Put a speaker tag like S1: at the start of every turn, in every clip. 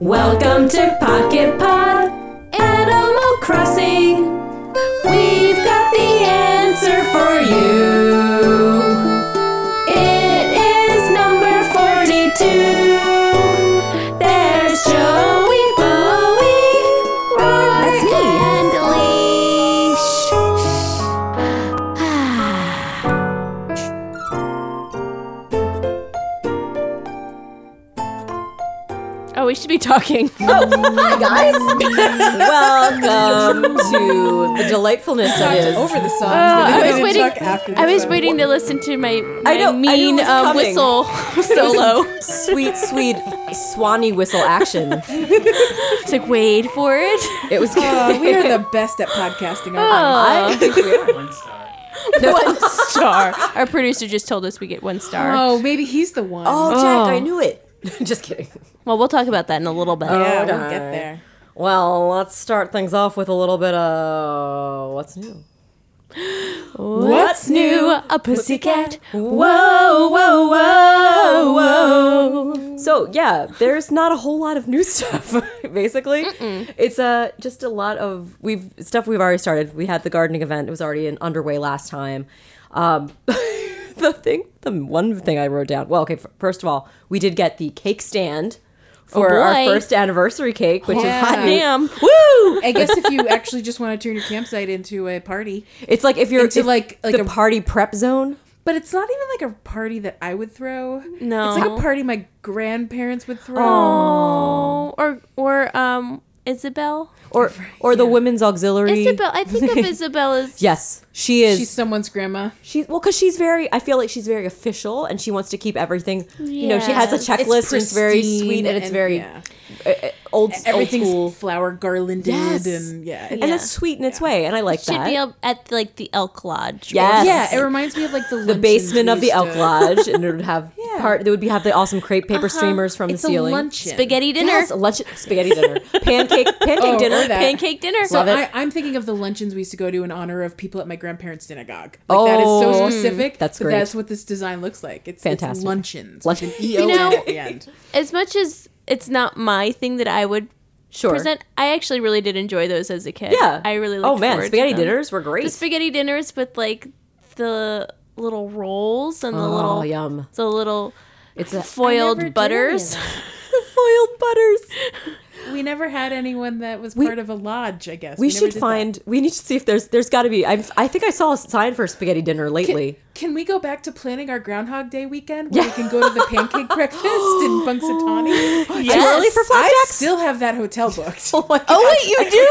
S1: Welcome to Pocket Pod Animal Crossing. We've got the answer for you. It is number 42. There's Joey, Bowie, Roar,
S2: That's me.
S1: and Leash.
S3: Oh, we should be talking.
S2: Oh, Hi guys! Welcome to the delightfulness that is.
S4: over the song.
S3: I was
S4: We're gonna
S3: waiting.
S4: talk after
S3: I
S4: this
S3: was
S4: one.
S3: waiting to listen to my, my
S2: I know- I knew it
S3: mean
S2: was
S3: uh,
S2: coming.
S3: whistle solo.
S2: sweet, sweet swanee whistle action.
S3: It's like wait for it.
S2: It was
S4: Uh, we are the best at podcasting. Aren't
S2: I
S3: Oh,
S2: think we are.
S5: One star.
S3: one star. Our producer just told us we get one
S4: we?
S3: star.
S2: Uh,
S4: Oh, maybe he's the one.
S2: Oh, Jack, I
S3: Oh.
S2: knew it. Just kidding.
S3: Well, we'll talk about that in a little bit.
S4: yeah,
S2: darn.
S4: we'll get there.
S2: Well, let's start things off with a little bit of what's new.
S3: What's new? A pussycat.
S2: Whoa, whoa, whoa, whoa. So yeah, there's not a whole lot of new stuff. Basically, it's uh just a lot of we've stuff we've already started. We had the gardening event; it was already in, underway last time. Um, the thing, the one thing I wrote down. Well, okay, f- first of all, we did get the cake stand for our
S3: Oh, boy.
S2: first anniversary cake, which
S4: Yeah.
S2: is hot
S3: Damn.
S2: Woo!
S4: I guess if you actually just want to turn your campsite into a party,
S2: It's like if you're
S4: Into
S2: if
S4: like- like
S2: the
S4: a-
S2: party prep zone.
S4: but it's not even like a party that I would throw.
S3: No.
S4: it's like a party my grandparents would throw.
S3: Oh, or or um, Isabel.
S2: Or, or the women's auxiliary.
S3: Isabel. I think of Isabel as
S2: Yes, she is.
S4: She's someone's grandma.
S2: She well, because she's very. I feel like she's very official, and she wants to keep everything. You know, she has a
S3: Yes.
S2: checklist. It's, and it's very
S4: pristine
S2: sweet, and it's very
S4: yeah.
S2: old, old
S4: everything's
S2: school.
S4: flower garlanded
S2: Yes.
S4: and yeah. it-
S2: And it's sweet in its way, and I like
S3: should
S2: that.
S3: be up at like the Elk Lodge. or
S2: Yes.
S4: yeah, it reminds me of like the
S2: the basement of the Elk Lodge, and it would have
S4: Yeah. Uh-huh.
S2: part. They would be have the awesome crepe paper streamers from
S4: It's
S2: the
S4: a
S2: ceiling.
S4: luncheon.
S3: Spaghetti dinner.
S2: Yes, a lunch spaghetti dinner, pancake pancake
S4: Oh,
S2: dinner.
S4: or that.
S3: Pancake dinner.
S4: So
S2: Love it.
S4: I, I'm thinking of the luncheons we used to go to in honor of people at my grandparents' synagogue. Like that is so
S2: Oh,
S4: specific.
S2: that's
S4: but
S2: great.
S4: That's what this design looks like. It's
S2: Fantastic.
S4: It's luncheons.
S2: Lunch-
S4: Lunch- an E O N
S3: know-
S4: at the end.
S3: as much as it's not my thing that I would
S2: Sure.
S3: present, I actually really did enjoy those as a kid.
S2: Yeah,
S3: I really.
S2: Oh
S3: looked
S2: man,
S3: forward to
S2: spaghetti
S3: them.
S2: dinners were great.
S3: The spaghetti dinners with like the little rolls and the
S2: oh
S3: little
S2: yum!
S3: the little
S2: It's a
S3: foiled butters.
S2: foiled butters.
S4: We never had anyone that was part of a lodge. I guess
S2: We,
S4: never
S2: should
S4: did that.
S2: find. We need to see if there's. There's got to be. I'm, I think I saw a sign for a spaghetti dinner lately.
S4: Can we go back to planning our Groundhog Day weekend where we can go to the pancake breakfast in Punxsutawney?
S3: Yes.
S2: Too early for
S4: I
S2: flapjacks.
S4: still have that hotel booked.
S2: oh, my
S3: Oh
S2: God.
S3: wait, you do!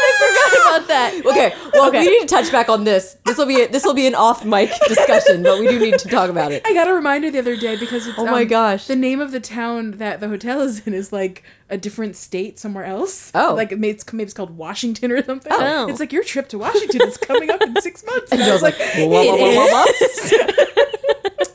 S3: I forgot about that.
S2: Okay. Well,
S3: Okay.
S2: we need to touch back on this. This will be a, this will be an off mic discussion, but we do need to talk about it.
S4: I got a reminder the other day because it's um,
S2: Oh my gosh.
S4: the name of the town that the hotel is in is like a different state somewhere else.
S2: Oh.
S4: like it may- it's maybe it's called Washington or something.
S3: Oh.
S4: It's like your trip to Washington is coming up in six months. And I was like,
S2: Whoa, whoa, whoa, whoa, whoa.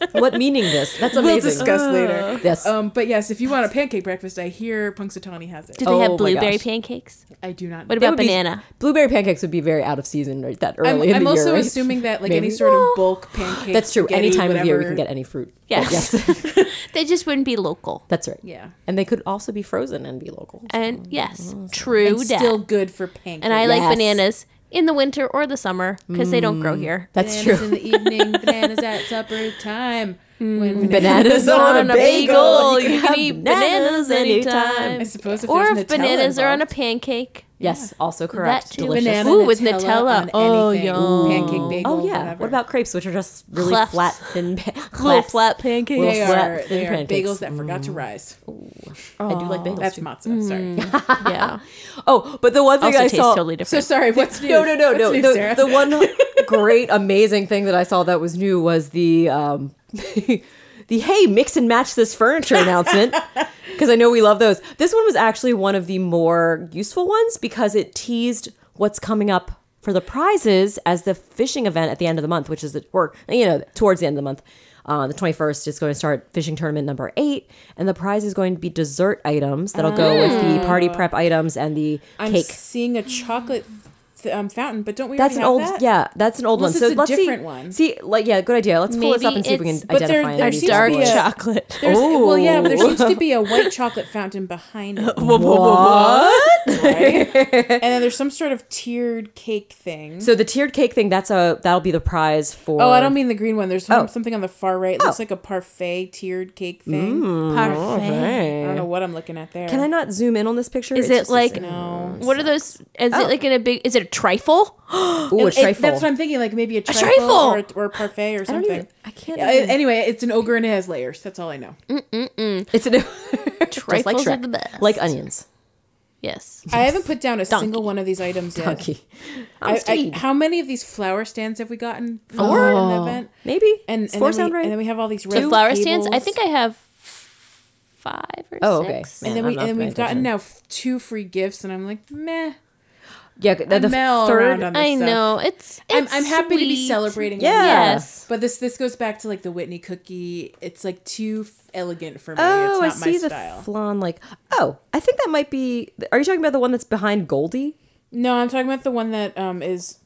S2: what meaning this? That's amazing.
S4: we'll discuss later.
S2: Yes.
S4: Um, but yes, if you want a pancake breakfast, I hear Punxsutawney has it.
S3: Do they
S2: Oh my
S3: have blueberry
S2: gosh.
S3: pancakes?
S4: I do not.
S3: What
S4: know.
S3: about
S2: would be
S3: banana?
S2: Blueberry pancakes would be very out of season right, that
S4: I'm,
S2: early in
S4: I'm
S2: the year.
S4: also
S2: right?
S4: assuming that like
S2: Maybe.
S4: any sort of bulk pancake.
S2: That's true. Any
S4: spaghetti,
S2: time of year we
S4: whatever-
S2: can get any fruit.
S3: Yes.
S2: Yes.
S3: they just wouldn't be local.
S2: That's right.
S4: Yeah.
S2: And they could also be frozen and be local.
S3: And yes,
S2: Oh,
S3: true.
S4: It's
S3: dat.
S4: still good for pancakes.
S3: and I
S2: Yes. Mm.
S3: like bananas in the winter or the summer because they don't grow here.
S2: That's
S4: bananas
S2: true. Hmm.
S4: in the evening, bananas at supper time. When
S2: Bananas on a bagel.
S3: You can eat bananas anytime.
S4: I suppose if
S3: or
S4: there's
S3: if bananas are on a
S4: involved.
S3: pancake.
S2: Yes, also correct.
S3: That too.
S2: Delicious.
S4: banana
S3: Ooh, with Nutella.
S4: Nutella,
S3: Oh,
S4: on anything.
S3: yum.
S4: pancake bagel.
S2: Oh yeah.
S4: whatever.
S2: What about crepes, which are just really
S3: Clefts.
S2: flat, thin pa-
S3: Little
S2: clefts?
S3: flat pancakes.
S2: Little
S4: they
S2: flat,
S4: are,
S2: thin
S4: they are
S2: pancakes.
S4: bagels that forgot to rise?
S2: I do like bagels.
S4: That's
S2: too.
S4: matzah. Sorry.
S3: yeah.
S2: Oh, but the one thing
S3: Also
S2: I
S3: tastes
S2: saw.
S3: totally
S4: So
S3: different.
S4: sorry. What's new?
S2: no, no, no,
S4: What's
S2: no.
S4: new,
S2: The,
S4: Sarah?
S2: the one great, amazing thing that I saw that was new was the um, the hey, mix and match this furniture announcement. Because I know we love those. This one was actually one of the more useful ones because it teased what's coming up for the prizes as the fishing event at the end of the month, which is the or you know towards the end of the month. Uh, the 21st is going to start fishing tournament number eight, and the prize is going to be dessert items that'll go with the party prep items and the
S4: Oh. I'm
S2: cake.
S4: seeing a chocolate th- um, fountain, but don't we?
S2: That's an
S4: already
S2: old,
S4: have that?
S2: yeah. That's an old
S4: Unless
S2: one. So
S4: it's a
S2: let's
S4: different
S2: see,
S4: one.
S2: see, like, yeah, good idea. Let's pull this
S3: Maybe
S2: up and see if we can
S3: it's-
S4: but there-
S2: identify
S4: there
S2: any
S4: seems to
S2: dark
S4: be a-
S2: chocolate.
S4: There's, well, yeah, but there
S2: Ooh.
S4: seems to be a white chocolate fountain behind it,
S2: what?
S4: right? and then there's some sort of tiered cake thing.
S2: So the tiered cake thing. That's a that'll be the prize for.
S4: oh, I don't mean the green one. There's some,
S2: Oh.
S4: something on the far right. It Looks like a parfait tiered cake thing.
S3: Parfait.
S4: I don't know what I'm looking at there.
S2: Mm, Can I not zoom in on this picture?
S3: Is
S2: It's just
S3: it
S2: a
S3: like
S2: second.
S4: No.
S3: what are those? Is
S2: Oh.
S3: it like in a big? Is it a trifle?
S2: Ooh, a
S4: It-
S2: trifle?
S4: that's what I'm thinking. Like maybe a trifle,
S3: trifle!
S4: Or, a- or a parfait or
S2: I
S4: something.
S2: don't even- I can't.
S4: Yeah,
S2: even-
S4: anyway, it's an ogre and it has layers. That's all I know.
S2: it's an
S3: Trifles
S2: just like
S3: are
S2: Shrek.
S3: the best.
S2: like onions.
S3: Yes.
S4: I haven't put down a single one of these items yet.
S2: Donkey.
S4: I- I-
S2: Steve.
S4: how many of these flower stands have we gotten? Four in the event.
S2: Maybe.
S4: And, and
S2: Oh. four
S4: then
S2: sound
S4: we,
S2: right.
S4: And then we have all these red
S3: The flower
S4: tables.
S3: stands. I think I have five or
S2: Oh, okay.
S3: six.
S2: Man,
S4: And then
S2: I'm
S4: we
S2: not
S4: and then
S2: paying
S4: we've gotten
S2: attention.
S4: now f- two free gifts, and I'm like, meh.
S2: yeah, the, the
S4: Mel
S2: third.
S4: around on this
S3: I
S4: stuff.
S3: know it's.
S4: I'm,
S3: it's
S4: I'm happy to be
S3: sweet.
S4: celebrating.
S2: Yeah.
S3: Yes.
S4: But this this goes back to like the Whitney cookie. It's like too f- elegant for me.
S2: Oh, I
S4: it's not
S2: see
S4: my
S2: the
S4: style.
S2: flan. Like, oh, I think that might be. Are you talking about the one that's behind Goldie?
S4: No, I'm talking about the one that um is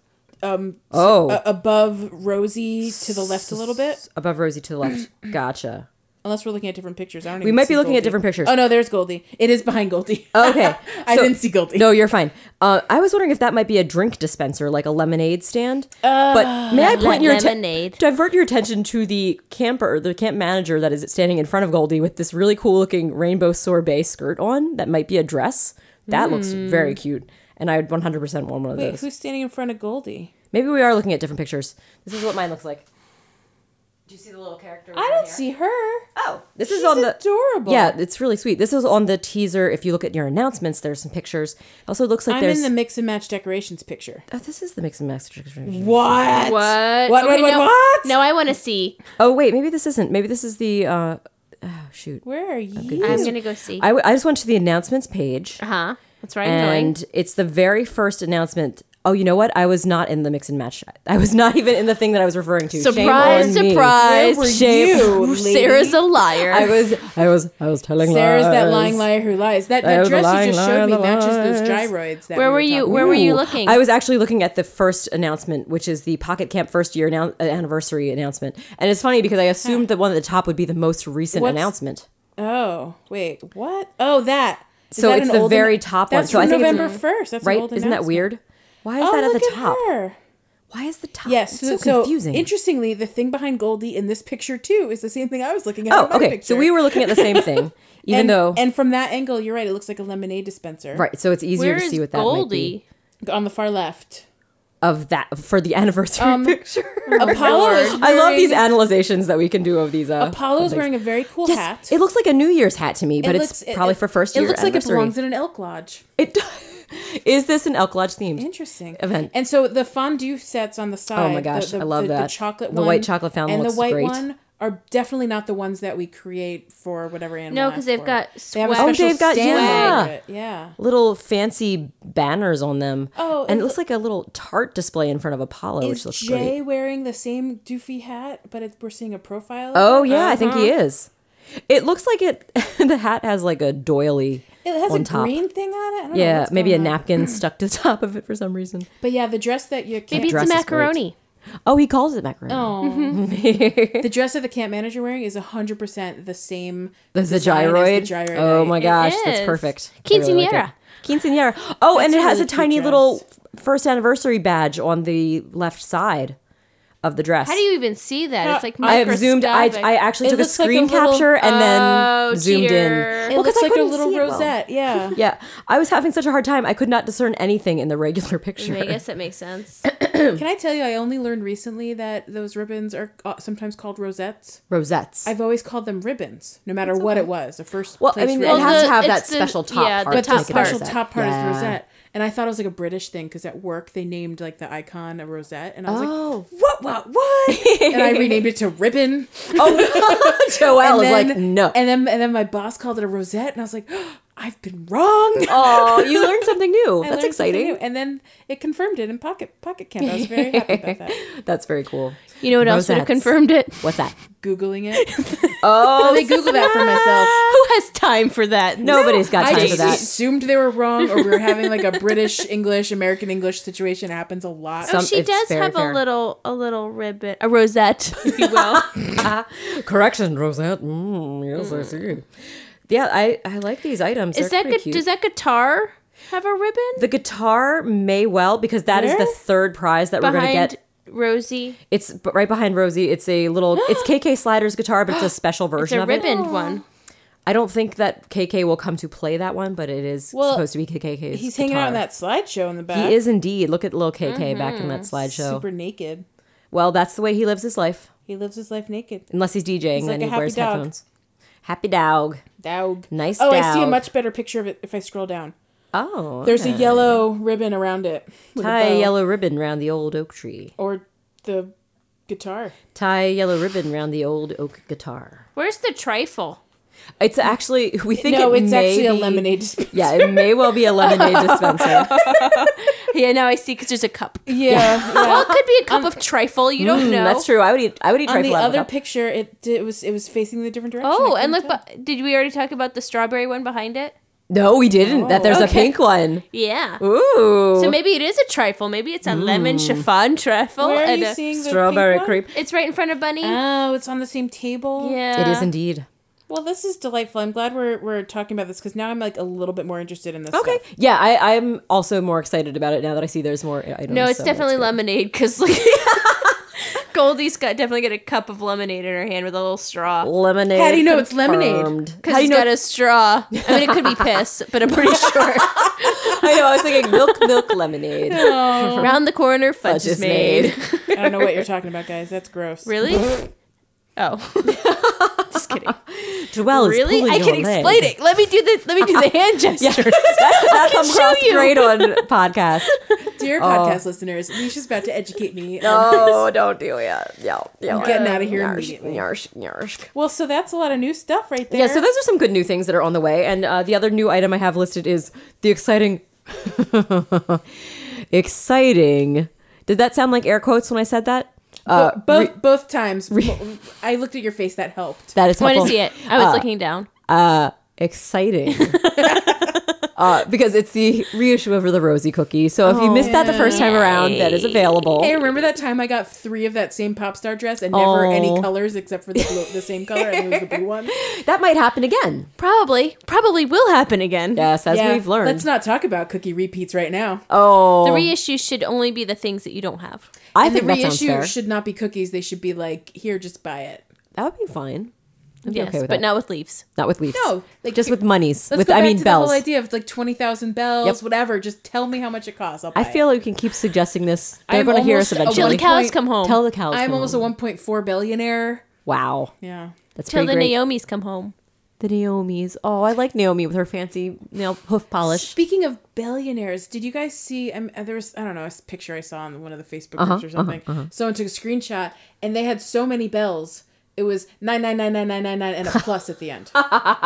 S4: um s-
S2: Oh.
S4: a- above Rosie to the left a little bit.
S2: above Rosie to the left. gotcha.
S4: Unless we're looking at different pictures. I don't.
S2: We
S4: even
S2: might be
S4: see
S2: looking at
S4: Goldie.
S2: different pictures.
S4: Oh no, there's Goldie. It is behind Goldie.
S2: Okay,
S4: I
S2: so-
S4: didn't see Goldie.
S2: No, you're fine. Uh, I was wondering if that might be a drink dispenser, like a lemonade stand. but may I point your atten-
S3: lemonade.
S2: divert your attention to the camper, the camp manager that is standing in front of Goldie with this really cool looking rainbow sorbet skirt on. That might be a dress. That looks very cute, and I would 100% want one of
S4: Hmm. Wait,
S2: those.
S4: who's standing in front of Goldie?
S2: Maybe we are looking at different pictures. This is what mine looks like. Do you see the little character?
S4: I don't see her.
S2: Oh, this
S4: She's
S2: is on the
S4: adorable.
S2: Yeah, it's really sweet. This is on the teaser. If you look at your announcements, there's some pictures. Also, it looks like
S4: I'm
S2: there's
S4: in the mix and match decorations picture.
S2: Oh, this is the mix and match. decoration.
S4: What?
S3: What?
S4: What?
S3: Okay,
S4: what?
S3: no,
S4: what?
S3: No, I want to see.
S2: Oh wait, maybe this isn't. Maybe this is the. Uh, oh shoot.
S4: Where are you?
S3: I'm gonna go see.
S2: I, w- I just went to the announcements page,
S3: Uh huh. That's right. I'm going.
S2: and it's the very first announcement. Oh, you know what? I was not in the mix and match. I was not even in the thing that I was referring to. Shame
S3: Surprise!
S2: on me.
S3: Surprise!
S4: Where were
S2: Shame-
S4: you,
S3: Sarah's a liar.
S2: I was. I was. I was telling
S4: Sarah's that
S2: lies.
S4: lying liar who lies. That,
S2: There's
S4: that
S2: a
S4: dress
S2: lying
S4: you just
S2: liar
S4: showed me
S2: that
S4: matches those
S2: lies.
S4: gyroids. That
S3: Where
S4: we
S3: were you-
S4: talking
S3: where were you
S2: Ooh.
S3: looking?
S2: I was actually looking at the first announcement, which is the Pocket Camp first year annou- uh, anniversary announcement. And it's funny because I assumed the one at the top would be the most recent
S4: What's-
S2: announcement.
S4: Oh, wait, what? Oh, that. Is
S2: So
S4: that
S2: it's
S4: an
S2: the
S4: old
S2: very
S4: annou-
S2: top one.
S4: That's
S2: So I
S4: from
S2: think it's an-
S4: November first. That's an
S2: right?
S4: old
S2: Isn't that
S4: announcement.
S2: weird? Why is
S4: oh,
S2: that at
S4: look
S2: the top?
S4: Her.
S2: Why is the top?
S4: Yes.
S2: It's so,
S4: So, so,
S2: confusing.
S4: interestingly, the thing behind Goldie in this picture too is the same thing I was looking at.
S2: oh,
S4: in my
S2: okay.
S4: Picture.
S2: So we were looking at the same thing, even
S4: and,
S2: though
S4: and from that angle, you're right. It looks like a lemonade dispenser.
S2: right. So it's easier
S3: Where
S2: to
S3: is
S2: see what that might be
S3: Goldie?
S4: on the far left.
S2: of that for the anniversary picture.
S4: Um, Apollo. Is
S2: I love
S4: wearing-
S2: these analyzations that we can do of these. Uh,
S4: Apollo's
S2: things.
S4: wearing a very cool
S2: Yes,
S4: hat.
S2: it looks like a New Year's hat to me, but
S4: looks-
S2: it's probably for first year.
S4: It looks like it
S2: anniversary.
S4: belongs in an elk lodge.
S2: It is this an Elk Lodge themed?
S4: Interesting
S2: Event. Oh
S4: And so the fondue sets on the side.
S2: my gosh,
S4: the, the-
S2: I love
S4: the, The
S2: that.
S4: chocolate,
S2: The
S4: one
S2: white chocolate fountain
S4: and
S2: looks
S4: the white
S2: great.
S4: one are definitely not the ones that we create for whatever animal.
S3: No, 'cause
S4: asked
S3: they've
S4: for
S3: got
S4: it. They have a
S3: swag.
S2: Oh,
S4: special
S2: they've got-
S4: stand
S2: yeah.
S4: for it. yeah.
S2: Little fancy banners on them.
S4: Oh,
S2: and
S4: it
S2: it looks like a little tart display in front of Apollo, which
S4: Is
S2: looks
S4: Jay
S2: great.
S4: wearing the same doofy hat, but it, we're seeing a profile? of
S2: Oh
S4: it? Uh-huh.
S2: yeah, I think he
S3: Mm-hmm.
S2: is. It looks like it. the hat has like a doily.
S4: It has
S2: on
S4: a
S2: top.
S4: green thing on it. I don't know
S2: Yeah,
S4: what's
S2: maybe a
S4: going on.
S2: napkin stuck to the top of it for some reason.
S4: But yeah, the dress that you
S3: Maybe
S4: can't.
S3: it's
S2: dress
S3: a Mm-hmm.
S2: is great.
S3: macaroni.
S2: Oh, he calls it macaroni.
S4: Oh. the dress that the camp manager wearing is hundred percent the same.
S2: There's the
S4: design as
S2: gyroid.
S4: The gyroid.
S2: Oh my
S4: right?
S2: gosh, that's
S3: is.
S2: perfect. I really like
S3: Quinceañera.
S2: it. Quinceañera. Oh, and it
S4: That's a
S2: has
S4: really
S2: a
S4: cute
S2: tiny
S4: dress.
S2: little first anniversary badge on the left side of the dress.
S3: How do you even see that? It's like
S2: I have zoomed. I,
S3: microscopic.
S2: I actually
S4: It
S2: took a
S4: looks like a
S2: screen
S4: little-
S2: capture and
S3: Oh,
S2: then zoomed
S3: cheater.
S2: in.
S4: It
S2: Well, 'cause
S4: looks
S2: I
S4: like a
S2: couldn't
S4: little
S2: see it well.
S4: rosette. Yeah.
S2: Yeah, I was having such a hard time. I could not discern anything in the regular picture.
S3: I guess that makes sense.
S4: Can I tell you? I only learned recently that those ribbons are uh, sometimes called rosettes.
S2: Rosettes.
S4: I've always called them ribbons, no matter what it was. A first.
S2: well, I
S4: place
S2: mean,
S4: ribbon.
S2: it has
S3: Well,
S2: to have
S3: the-
S2: that
S3: it's the-
S2: special top
S3: yeah, the
S2: part. to
S3: top
S2: make it a
S3: part.
S4: special
S2: rosette.
S4: top part
S2: Yeah.
S4: is rosette. And I thought it was like a British thing because at work they named like the icon a rosette, and I was
S2: Oh.
S4: like, "What? What? What?" and I renamed it to ribbon.
S2: Oh, Joelle
S4: and
S2: is
S4: then,
S2: like, no.
S4: And then and then my boss called it a rosette, and I was like, "I've been wrong."
S2: Oh, you learned something new.
S4: I
S2: That's
S4: learned something
S2: exciting.
S4: new. And then it confirmed it in Pocket Pocket Camp. I was very happy about that.
S2: That's very cool.
S3: You know what else would have
S2: Rosettes.
S3: confirmed it?
S2: What's that?
S4: Googling it.
S2: Oh,
S4: Let me Google that for myself.
S2: who
S1: has time for that?
S2: Nobody's got
S4: I
S2: time for
S4: just
S2: that.
S4: assumed they were wrong, or we were having like a British English American English situation. It happens a lot.
S2: Some-
S1: Oh, she
S2: it's
S1: does
S2: very
S1: have
S2: fair.
S1: a little a little ribbon, a rosette, if you will.
S2: Correction, Rosette. Mm, yes, I see. Yeah, I, I like these items.
S1: Is
S2: They're
S1: that
S2: pretty
S1: gu-
S2: cute.
S1: does that guitar have a ribbon
S2: the guitar may well because that is the
S4: Where?
S2: third prize that we're gonna
S1: behind
S2: get.
S1: Rosie?
S2: It's b- right behind Rosie. It's a little. It's KK Slider's guitar, but it's a special
S1: It's
S2: version
S1: a
S2: of it.
S1: ribboned one.
S2: I don't think that KK will come to play that one, but it is
S4: Well,
S2: supposed to be KK's.
S4: He's hanging out in
S2: guitar.
S4: that slideshow in the back.
S2: He is indeed. Look at little KK back in that slideshow.
S4: super naked.
S2: Well, that's the way he lives his life,
S4: He lives his life naked.
S2: unless he's DJing
S4: He's like
S2: then
S4: a
S2: he
S4: happy
S2: wears
S4: dog.
S2: headphones. Happy dog.
S4: Dog.
S2: Nice
S4: Oh, I see a
S2: dog.
S4: much better picture of it if I scroll down.
S2: Oh,
S4: There's
S2: okay.
S4: a yellow ribbon around it. with a
S2: tie a
S4: bow.
S2: yellow ribbon round the old oak tree.
S4: or the guitar.
S2: Tie a yellow ribbon round the old oak guitar.
S1: Where's the trifle?
S2: It's actually we think
S4: no,
S2: it
S4: it's
S2: may
S4: actually a
S2: be-
S4: lemonade dispenser.
S2: Yeah, it may well be a lemonade dispenser.
S1: Yeah, now I see because there's a cup.
S4: Yeah.
S1: Well, it could be a cup of trifle. You don't
S2: Mm,
S1: know.
S2: That's true. I would eat. I would eat
S4: On the
S2: trifle out of a
S4: other
S2: cup.
S4: picture, it did, it was it was facing the different direction.
S1: Oh,
S4: I
S1: and
S4: couldn't
S1: look,
S4: tell.
S1: bu- did we already talk about the strawberry one behind it?
S2: No, we didn't.
S4: Oh,
S2: that there's
S1: Okay.
S2: a pink one.
S1: Yeah.
S2: Ooh,
S1: So maybe it is a trifle. Maybe it's a lemon chiffon trifle.
S4: where are
S1: and
S4: you
S2: uh,
S1: a-
S4: seeing the
S2: strawberry
S4: pink one?
S2: creep.
S1: It's right in front of Bunny.
S4: Oh, it's on the same table.
S1: yeah.
S2: It is indeed.
S4: Well, this is delightful. I'm glad we're we're talking about this because now I'm like a little bit more interested in this.
S2: Okay.
S4: stuff.
S2: Yeah, I, I'm also more excited about it now that I see there's more items.
S1: No, it's
S2: so that's
S1: definitely
S2: good.
S1: lemonade because like Goldie's got definitely got a cup of lemonade in her hand with a little straw.
S2: lemonade.
S4: How do you know it's lemonade?
S2: confirmed.
S1: Because he's got a straw. I mean, it could be piss, but I'm pretty sure.
S2: I know. I was thinking milk, milk lemonade.
S1: Round the corner, fudge,
S2: Fudge
S1: is made.
S4: I don't know what you're talking about, guys. That's gross.
S1: Really? oh, just kidding.
S2: Joelle is
S1: really?
S2: pulling
S1: I
S2: your
S1: can
S2: leg.
S1: explain it. Let me do the let me do the hand gesture.
S2: That's, that's some
S1: show
S2: cross
S1: you.
S2: grade on podcast.
S4: Dear podcast listeners, Leisha's about to educate me. on-
S2: Oh, don't do it. Yeah, yeah. I'm
S4: getting outta here immediately.
S2: Yarsh, yarsh.
S4: Well, so that's a lot of new stuff right there.
S2: Yeah, so those are some good new things that are on the way. And uh, the other new item I have listed is the exciting. exciting. Did that sound like air quotes when I said that? Uh,
S4: Bo- both both times. I looked at your face. That helped.
S2: that is
S1: I
S2: helpful.
S1: want to see it. I was looking down.
S2: uh, exciting. uh, because it's the reissue of the Rosie cookie. So if you missed that the first time around, that is available.
S4: Hey, remember that time I got three of that same pop star dress and never any
S2: Oh.
S4: colors except for the blue, the same color and it was the blue one.
S2: That might happen again.
S1: Probably, probably will happen again.
S2: Yes, as we've learned.
S4: Let's not talk about cookie repeats right now.
S2: oh,
S1: The reissue should only be the things that you don't have.
S2: I
S4: and the
S2: think that sounds
S4: reissue
S2: fair.
S4: should not be cookies. They should be like here, just buy it.
S2: that would be fine. I'd be
S1: Yes,
S2: okay with
S1: but
S2: that.
S1: not with leaves.
S2: Not with leaves.
S4: No, like,
S2: just
S4: here-
S2: with monies.
S4: Let's
S2: With
S4: go
S2: I
S4: back
S2: mean
S4: to
S2: bells.
S4: the whole idea of like twenty thousand bells,
S2: Yep.
S4: whatever. Just tell me how much it costs. I'll buy
S2: I feel
S4: It.
S2: like you can keep suggesting this. They're
S4: I'm
S2: going to hear us
S4: almost a
S1: Till
S2: eventually.
S1: the
S4: One
S1: cows
S4: point-
S1: come home.
S2: Tell the cows.
S4: I'm
S2: come
S4: almost
S2: home.
S4: a one point four billionaire.
S2: Wow,
S4: Yeah.
S2: that's
S1: Till
S2: pretty
S1: the
S2: great.
S1: Naomi's come home.
S2: the Naomi's. Oh, I like Naomi with her fancy nail hoof polish.
S4: Speaking of billionaires, did you guys see? Um, there was I don't know a s- picture I saw on one of the Facebook
S2: Uh-huh,
S4: groups or something. Someone took a screenshot and they had so many bells. It was nine nine nine nine nine nine nine and a plus at the end.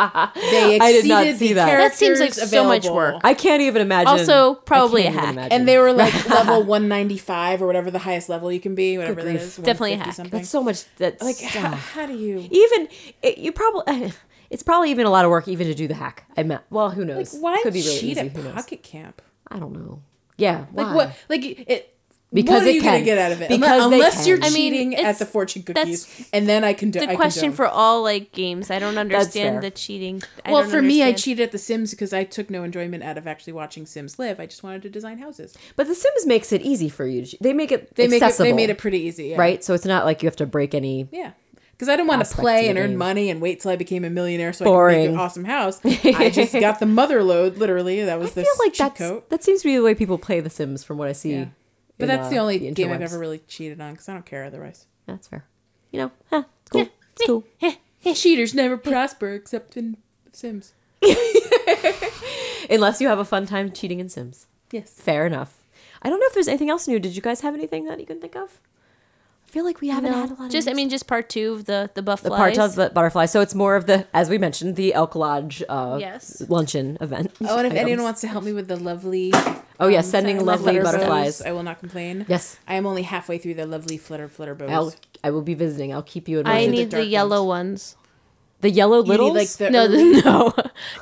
S4: They exceeded
S2: I did not see
S4: the
S2: that.
S4: characters
S1: That seems like so much
S4: available.
S1: work.
S2: I can't even imagine.
S1: Also, probably
S2: I
S1: a
S2: can't even
S1: hack.
S2: imagine.
S4: And they were like level one ninety five or whatever the highest level you can be, whatever that
S2: grief.
S4: is.
S1: Definitely a
S4: 150
S1: hack.
S4: something.
S2: that's so much. That's
S4: like
S2: ah.
S4: how, how do you?
S2: even it, you probably. It's probably even a lot of work even to do the hack. I meant. Well, who knows?
S4: Why
S2: Could be really
S4: cheat
S2: easy.
S4: at
S2: Who knows?
S4: Pocket Camp?
S2: I don't know. Yeah.
S4: Like
S2: why?
S4: what? Like it.
S2: Because
S4: what are
S2: it
S4: you
S2: can.
S4: gonna get out of it?
S2: Because
S4: Unless,
S2: they
S4: unless
S2: can.
S4: you're
S1: I mean,
S4: cheating
S1: it's-
S4: at the fortune
S1: that's
S4: cookies, and then I can.
S1: The question for all like games. I don't
S2: fair.
S1: understand the cheating. I
S4: well,
S1: don't
S4: for me, I
S1: understand.
S4: cheated at The Sims because I took no enjoyment out of actually watching Sims live. I just wanted to design houses.
S2: But The Sims makes it easy for you. to- They make it
S4: They make it,
S2: accessible.
S4: they made it pretty easy, yeah.
S2: right. So it's not like you have to break any.
S4: Yeah, because I didn't want to
S2: Aspect
S4: play
S2: to
S4: and
S2: the
S4: earn
S2: game.
S4: money and wait till I became a millionaire so I could
S2: Boring.
S4: make an awesome house. I just got the mother load. Literally, that was
S2: I
S4: the
S2: feel like
S4: cheat
S2: that's
S4: coat.
S2: that seems to be the way people play The Sims, from what I see.
S4: Yeah.
S2: in,
S4: But that's the
S2: uh,
S4: only game I've
S2: interwebs.
S4: ever really cheated on because I don't care otherwise.
S2: That's fair. You know, huh, it's cool. It's cool. eh,
S4: Cheaters never prosper except in Sims.
S2: Unless you have a fun time cheating in Sims.
S4: Yes.
S2: Fair enough. I don't know if there's anything else new. Did you guys have anything that you can think of? I feel like we haven't had a lot. of
S1: Just, I mean, just part two of the the buff
S2: the
S1: flies.
S2: part of the butterfly. So it's more of the, as we mentioned, the Elk Lodge uh,
S1: Yes.
S2: luncheon event.
S4: Oh, and if anyone
S2: items.
S4: wants to help me with the lovely,
S2: Oh yeah,
S4: um,
S2: sending
S4: flutter
S2: lovely
S4: flutterbos,
S2: butterflies.
S4: I will not complain.
S2: Yes.
S4: I am only halfway through the lovely flutter flutter bows.
S2: I'll I will be visiting. I'll keep you in
S1: I
S2: mind.
S4: the
S1: need the,
S4: dark
S1: yellow ones.
S2: The yellow
S4: You
S2: littles.
S4: need, like the
S3: No,
S4: early-
S3: th- no,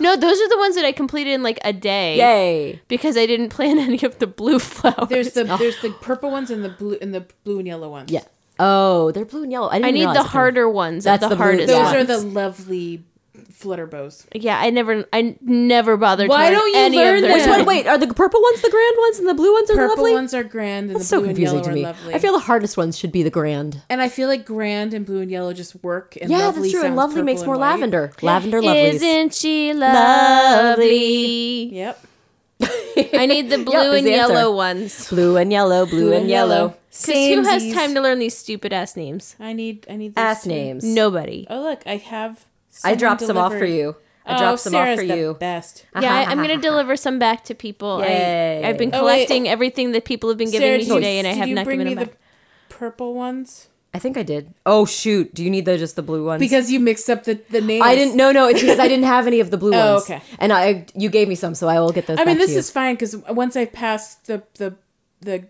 S3: no. Those are the ones that I completed in like a day.
S2: Yay!
S3: Because I didn't plan any of the blue flowers.
S4: there's the there's the purple ones and the blue and the blue and yellow ones.
S2: Yeah. Oh, they're blue and yellow. I, didn't
S3: I need
S2: realize
S3: the
S2: they-
S3: harder ones.
S2: That's
S3: That's
S2: the
S3: the,
S2: blue-
S3: hardest.
S4: Those
S2: Yeah.
S4: are the lovely flutter bows.
S3: Yeah, I never, I never bothered.
S4: Why
S3: to learn
S4: don't you
S3: any of
S4: learn
S3: their
S4: them?
S2: Which one?
S3: names.
S2: Wait, are the purple ones the grand ones and the blue ones are the
S4: Purple
S2: lovely?
S4: ones are grand and
S2: That's so
S4: the blue and
S2: confusing
S4: yellow
S2: to
S4: are
S2: me.
S4: lovely.
S2: I feel the hardest ones should be the grand.
S4: and I feel like grand and blue and yellow just work. And
S2: Yeah,
S4: lovely
S2: that's true. And
S4: sounds
S2: lovely
S4: purple
S2: makes
S4: and
S2: more
S4: white.
S2: lavender. Lavender lovelies.
S3: Isn't she lovely?
S4: Yep.
S3: I need the blue
S2: is
S3: and
S2: the answer.
S3: yellow ones.
S2: blue and yellow, blue, and yellow.
S3: Because who has
S4: Samesies.
S3: time to learn these stupid ass names?
S4: I need I need this
S2: Ass
S4: too.
S2: names.
S3: Nobody.
S4: Oh look, I
S2: I
S4: have. someone
S2: dropped some off for
S4: delivered.
S2: you. I
S4: oh,
S2: dropped some
S4: Sarah's
S2: off for
S4: the
S2: you.
S4: Best.
S3: Yeah, I, I'm gonna deliver some back to people. I,
S2: Yay.
S3: I've been
S4: Oh, wait.
S3: collecting everything that people have been giving
S4: Sarah,
S3: me
S4: did you-
S3: today, and I
S4: did
S3: have
S4: you
S3: not
S4: bring
S3: given
S4: me
S3: them back.
S4: the purple ones
S2: I think I did. Oh shoot! Do you need the just the blue ones?
S4: because you mixed up the the names.
S2: I didn't. No, no. It's because I didn't have any of the blue
S4: Oh,
S2: ones.
S4: okay.
S2: And I, you gave me some, so I will get those.
S4: I mean,
S2: back to
S4: this
S2: you.
S4: is fine because once I pass the the the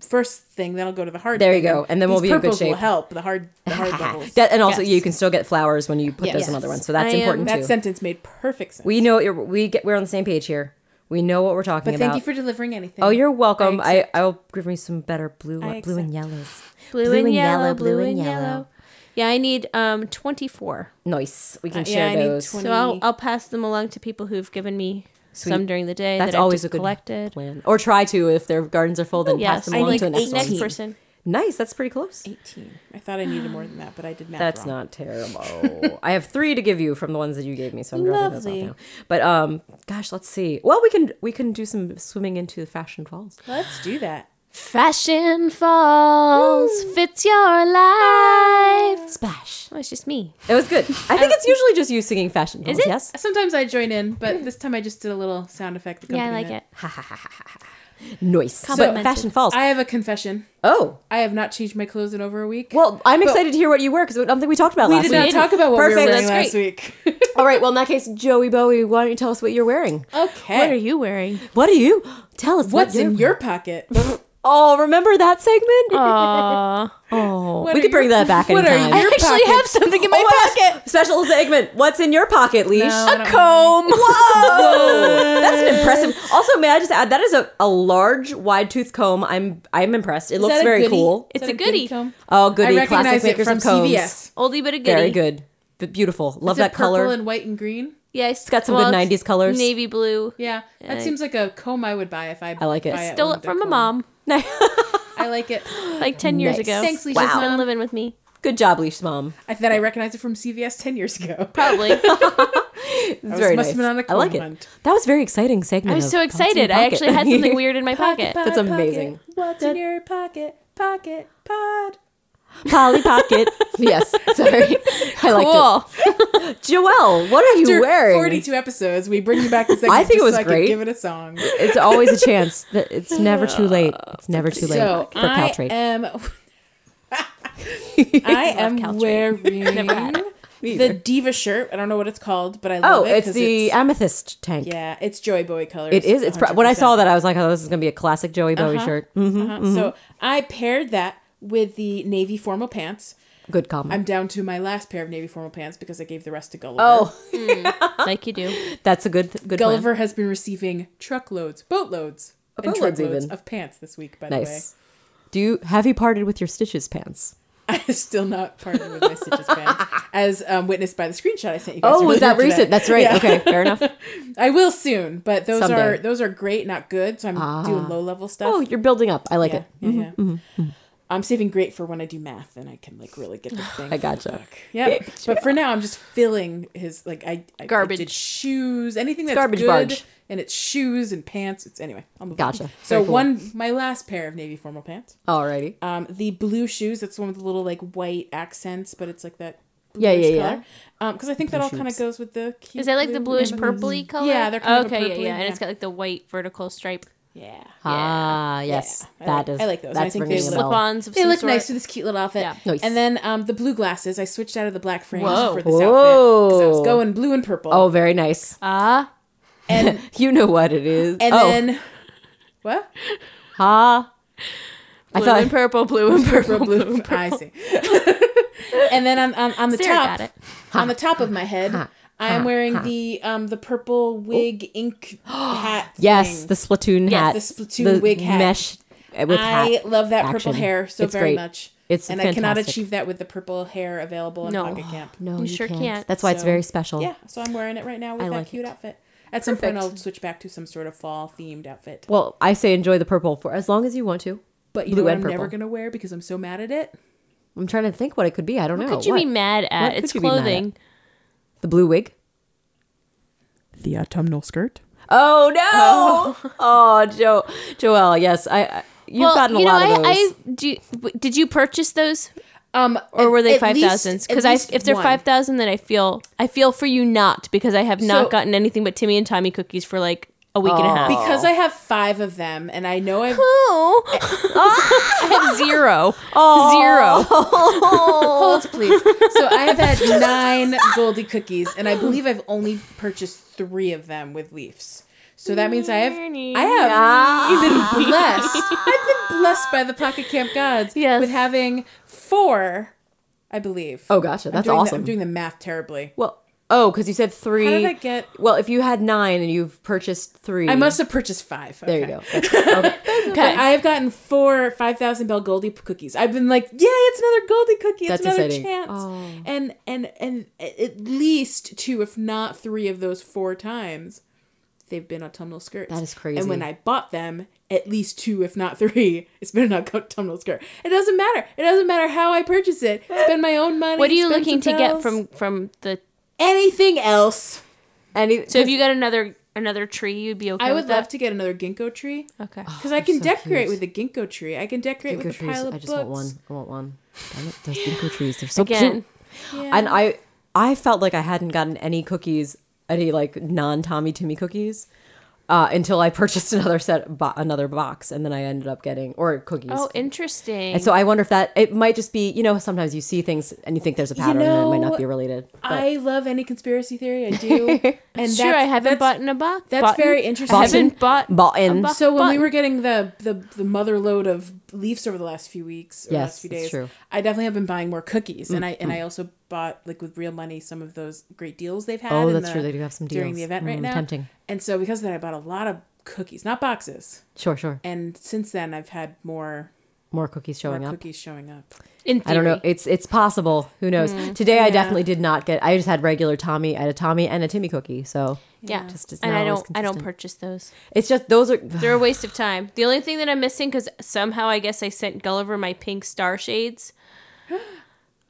S4: first thing, then I'll go to the hard.
S2: There you
S4: thing,
S2: go, and then we'll
S4: these
S2: be in good
S4: purples Will
S2: shape.
S4: help the hard the hard levels.
S2: That, and also,
S3: Yes.
S2: you can still get flowers when you put those
S3: Yes.
S2: in other ones. So that's
S3: I am-
S2: important
S4: that
S2: too.
S4: sentence made perfect sense.
S2: we know what you're, we get. We're on the same page here. We know what we're talking
S4: but
S2: about.
S4: thank you for delivering anything.
S2: oh, you're welcome.
S4: I
S2: I, I will give me some better blue,
S4: I
S2: blue and
S4: accept.
S2: yellows.
S3: Blue, and yellow, blue and yellow. Yeah, I need um 24.
S2: Nice. We can
S4: Uh, yeah,
S2: share
S4: I need
S2: those.
S4: 20.
S3: So I'll, I'll pass them along to people who've given me some during the day.
S2: That's
S3: that I've
S2: always
S3: just
S2: a good
S3: collected.
S2: plan. Or try to if their gardens are full, then pass
S3: Yes,
S2: them
S3: I
S2: along
S3: like
S2: to the next,
S3: next
S2: one.
S3: person.
S2: Nice. That's pretty close.
S4: eighteen. I thought I needed more than that, but I did math.
S2: That's
S4: wrong.
S2: not terrible. I have three to give you from the ones that you gave me, so I'm dropping those off
S4: Lovely.
S2: now. But um, gosh, let's see. Well, we can we can do some swimming into fashion falls.
S4: Let's do that.
S3: Fashion falls fits your life.
S2: Splash.
S3: Oh, it's just me.
S2: It was good. I think it's usually just you singing fashion falls.
S3: it?
S2: Yes.
S4: Sometimes I join in,
S2: Hmm.
S4: but this time I just did a little sound effect.
S3: Yeah, I like it.
S2: Noise. But
S3: Complimented.
S2: fashion falls.
S4: I have a confession.
S2: oh.
S4: I have not changed my clothes in over a week.
S2: Well, I'm excited to hear what you were because I don't think we talked about
S4: we
S2: last
S4: did not
S2: week.
S4: talk about what we
S2: Perfect.
S4: were wearing
S2: That's
S4: last week.
S2: All right. Well, in that case, Joey Bowie, why don't you tell us what you're wearing?
S4: okay.
S3: What are you wearing?
S2: What are you? Tell us
S4: What's
S2: what you're-
S4: in your pocket?
S2: Oh, remember that segment?
S3: Aw.
S2: oh,
S4: What
S2: we
S4: are
S2: could bring
S4: your-
S2: that back
S4: what
S2: anytime.
S4: are your
S3: I actually have something in my
S2: Oh my gosh.
S3: pocket.
S2: Special segment. What's in your pocket, Leash?
S4: No, I don't
S2: comb. Whoa. That's an impressive. Also, may I just add that is a, a large wide tooth comb. I'm I'm impressed. It looks
S4: that a
S2: very
S4: goodie?
S2: cool.
S4: Is
S3: It's
S4: that
S3: a goodie.
S4: comb?
S2: Oh,
S4: I
S2: goody.
S4: recognize
S2: Classic
S4: it
S2: makers
S4: from
S2: of combs.
S4: CVS.
S3: Oldie but a goodie.
S2: Very good. But beautiful. Love
S4: Is it
S2: that color.
S4: Purple and white and green.
S3: Yeah, it's
S2: got some good 90s colors.
S3: Navy blue.
S4: Yeah, that
S3: I-
S4: seems like a comb I would buy if I.
S2: I like it.
S4: buy
S2: I
S3: Stole
S4: owned
S3: it from
S4: a
S3: my
S4: comb.
S3: mom
S4: I like it.
S3: like 10 years
S2: Nice.
S3: ago.
S4: Thanks,
S3: She's
S4: Leisha's
S3: wow.
S4: mom.
S3: been living with me.
S2: Good job, Leash Mom.
S4: I that I recognized it from CVS ten years ago.
S3: Probably.
S2: It's very nice.
S4: must have been on a
S2: I like
S4: comb
S2: it.
S4: hunt.
S2: That was a very exciting segment.
S3: I was
S2: of
S3: so
S2: Pots in the
S3: excited. I
S2: Pocket.
S3: actually had something weird in my pocket.
S2: That's
S4: Pod, pocket.
S2: amazing.
S4: What's in your pocket? Pocket pod.
S2: Polly Pocket. yes. Sorry. I liked it.
S3: Cool.
S2: Joelle, what are you
S4: After
S2: wearing?
S4: Forty-two episodes. We bring you back the segment.
S2: I think it
S4: just
S2: was
S4: so I could
S2: great.
S4: give it a song.
S2: It's always a chance. That it's never too late. It's never too late
S4: So
S2: for
S4: I
S2: Caltrate.
S4: am. I am wearing the diva shirt. I don't know what it's called, but I love
S2: oh,
S4: it.
S2: it's
S4: 'cause
S2: the amethyst tank.
S4: yeah, it's Joy Boy colors.
S2: It is. It's pr- when I
S4: 100%.
S2: saw that, I was like, "Oh, this is gonna be a classic Joey Bowie shirt." Mm,
S4: Uh-huh. So I paired that with the navy formal pants.
S2: Good comment.
S4: I'm down to my last pair of navy formal pants because I gave the rest to Gulliver.
S2: oh,
S3: like you do.
S2: that's a good good
S4: Gulliver has been receiving truckloads, boatloads,
S2: Uh,
S4: and
S2: boatloads
S4: truckloads
S2: even.
S4: of pants this week. By
S2: plan. Nice. Do you have you parted with your stitches pants?
S4: the way, I'm still not parted with my stitches pants, as um, witnessed by the screenshot I sent you. guys
S2: Oh, was
S4: earlier
S2: that
S4: today.
S2: recent? That's right.
S4: Yeah.
S2: Okay, fair enough.
S4: I will soon, but those
S2: Someday.
S4: are those are great, not good. So I'm doing low level stuff.
S2: Oh, Mm-hmm, you're building up. I like
S4: yeah,
S2: it.
S4: yeah, yeah. I'm saving great for when I do math and I can like really get the thing.
S2: I gotcha.
S4: Yeah, but for now I'm just filling his like I, I I
S3: Garbage.
S4: did shoes, anything that's
S2: Garbage
S4: good,
S2: barge.
S4: and it's shoes and pants. It's anyway. I'll move
S2: Gotcha.
S4: On. So
S2: Very cool.
S4: one, my last pair of navy formal pants.
S2: Alrighty.
S4: Um, the blue shoes. That's the one with the little like white accents, but it's like that.
S2: Yeah, yeah,
S4: bluish
S2: yeah.
S4: color. Um, because I think that all kind of goes with the. Cute
S3: Is that like the
S4: blue and
S3: bluish purpley color?
S4: Yeah, they're kind of a
S3: okay,
S4: purpley,
S3: yeah, yeah, and
S4: yeah.
S3: it's got like the white vertical stripe
S4: Yeah.
S2: Ah, yes.
S4: I
S2: That
S4: like-
S2: is.
S4: I like those. I
S2: That's
S4: think they
S2: ringing a
S4: look-
S2: bell.
S3: slip-ons of
S4: They
S3: some
S4: look
S3: sort.
S4: nice with this cute little outfit.
S3: Yeah.
S2: Nice.
S4: And then um, the blue glasses. I switched out of the black frames
S3: Whoa.
S4: for this outfit
S2: Whoa.
S4: because I was going blue and purple.
S2: Oh, very nice.
S3: Ah,
S4: and
S2: You know what it is.
S4: and
S2: oh,
S4: then what?
S2: ha. I
S3: blue
S2: thought
S3: and purple, blue and purple.
S4: Purple, blue. I see. and then on on, on the
S3: Sarah got
S4: top,
S3: it.
S4: on the top of my head, I am wearing the um the purple wig ink hat.
S2: Yes,
S4: thing.
S2: the Splatoon hat.
S4: the Splatoon wig hat.
S2: Mesh uh, with
S4: I
S2: hat.
S4: love that
S2: action.
S4: purple hair so
S2: It's
S4: very
S2: great.
S4: much.
S2: It's
S4: and I cannot
S2: fantastic.
S4: achieve that with the purple hair available in
S3: No.
S4: Pocket Camp.
S2: No,
S3: You sure can't.
S2: That's why it's
S4: So,
S2: very special.
S4: Yeah, so I'm wearing it right now with
S2: I
S4: that
S2: like
S4: cute
S2: it.
S4: outfit. At some point,
S2: Perfect.
S4: I'll switch back to some sort of fall themed outfit.
S2: Well, I say enjoy the purple for as long as you want to.
S4: But you
S2: blue
S4: know what I'm
S2: and purple.
S4: never gonna wear because I'm so mad at it.
S2: I'm trying to think what it could be. I don't
S4: Oh,
S3: What
S2: know.
S3: could you
S2: What?
S3: be mad at?
S2: What
S3: It's
S2: could you be mad at?
S3: clothing.
S2: The blue wig.
S4: The autumnal skirt.
S2: Oh no! Oh, Joe, Joelle. Yes, I. I you've gotten a lot of
S3: I,
S2: those.
S3: I do. w- Did you purchase those,
S4: Um,
S3: or were they
S4: at
S3: five
S4: least-
S3: thousands?
S4: at
S3: Because I,
S4: least
S3: if they're
S4: one.
S3: five thousand, then I feel I feel for you not because I have not
S4: So-
S3: gotten anything but Timmy and Tommy cookies for like a week and a half.
S2: Oh.
S4: because I have five of them, and I know I've
S3: Oh, I have zero.
S2: Oh.
S3: Zero.
S4: hold, please. So I have had nine Goldie cookies, and I believe I've only purchased three of them with leaves. So that means I have I have been blessed. I've been blessed by the Pocket Camp gods
S3: Yes.
S4: with having four, I believe.
S2: oh, gotcha,
S4: I'm
S2: that's
S4: doing the-
S2: awesome.
S4: I'm doing the math terribly.
S2: well, oh, because you said three.
S4: How did I get?
S2: Well, if you had nine and you've purchased three,
S4: I must have purchased five.
S2: There you
S4: Okay.
S2: go. That's- okay.
S4: But I have gotten four 5,000 Bell Goldie p- cookies. I've been like, yay, it's another Goldie cookie. It's
S2: That's
S4: another
S2: exciting.
S4: chance.
S2: Oh.
S4: And, and, and a- at least two, if not three of those four times, they've been autumnal skirts.
S2: That is crazy.
S4: And when I bought them, at least two, if not three, it's been an autumnal skirt. It doesn't matter. It doesn't matter how I purchase it. It's been my own money.
S3: What are you
S4: spend
S3: looking to
S4: some
S3: get
S4: bells.
S3: from from the?
S4: anything else?
S2: Any,
S3: So if you got another another tree, you'd be okay.
S4: I
S3: with
S4: would
S3: that?
S4: love to get another ginkgo tree
S3: Okay.
S4: because I can
S2: Oh, so
S4: decorate
S2: cute.
S4: with a ginkgo tree. I can decorate
S2: Ginkgo
S4: with a
S2: trees.
S4: pile of
S2: I just
S4: books.
S2: want one. I want one. Damn it, those ginkgo trees. They're so
S3: Again.
S2: cute. And I, I felt like I hadn't gotten any cookies, any like non Tommy Timmy cookies, uh, until I purchased another set, bo- another box, and then I ended up getting or cookies.
S3: Oh, interesting.
S2: and so I wonder if that it might just be you know sometimes you see things and you think there's a pattern and it might
S4: know,
S2: not be related. But
S4: I love any conspiracy theory. I do. And
S3: sure, I
S4: that's-
S3: haven't bought in a box.
S4: that's
S3: bought in-
S4: very interesting.
S3: I haven't bought
S2: bought in.
S3: bought-
S4: So when we
S3: Button.
S4: were getting the the the mother load of leaves over the last few weeks, or
S2: Yes,
S4: last few
S2: that's
S4: days,
S2: true. Mm-hmm.
S4: I definitely have been buying more cookies, and I and I also bought like with real money some of those great deals they've had.
S2: Oh,
S4: in
S2: that's
S4: the-
S2: true. They do have some
S4: during the
S2: deals.
S4: event right
S2: Mm,
S4: now.
S2: tempting.
S4: And so because of that, I bought a lot of cookies, not boxes.
S2: sure, sure.
S4: And since then, I've had more
S2: More cookies
S4: more
S2: showing up.
S4: cookies showing up.
S3: In
S2: I don't know.
S3: theory.
S2: It's it's possible. Who knows?
S4: Mm-hmm.
S2: Today I definitely did not get. I just had regular Tommy. I had a Tommy and a Timmy cookie. So
S3: Yeah,
S2: Just is
S3: and
S2: not
S3: I
S2: always
S3: don't. I don't
S2: consistent.
S3: purchase those.
S2: it's just those are.
S3: They're a waste of time. The only thing that I'm missing because somehow I guess I sent Gulliver my pink star shades.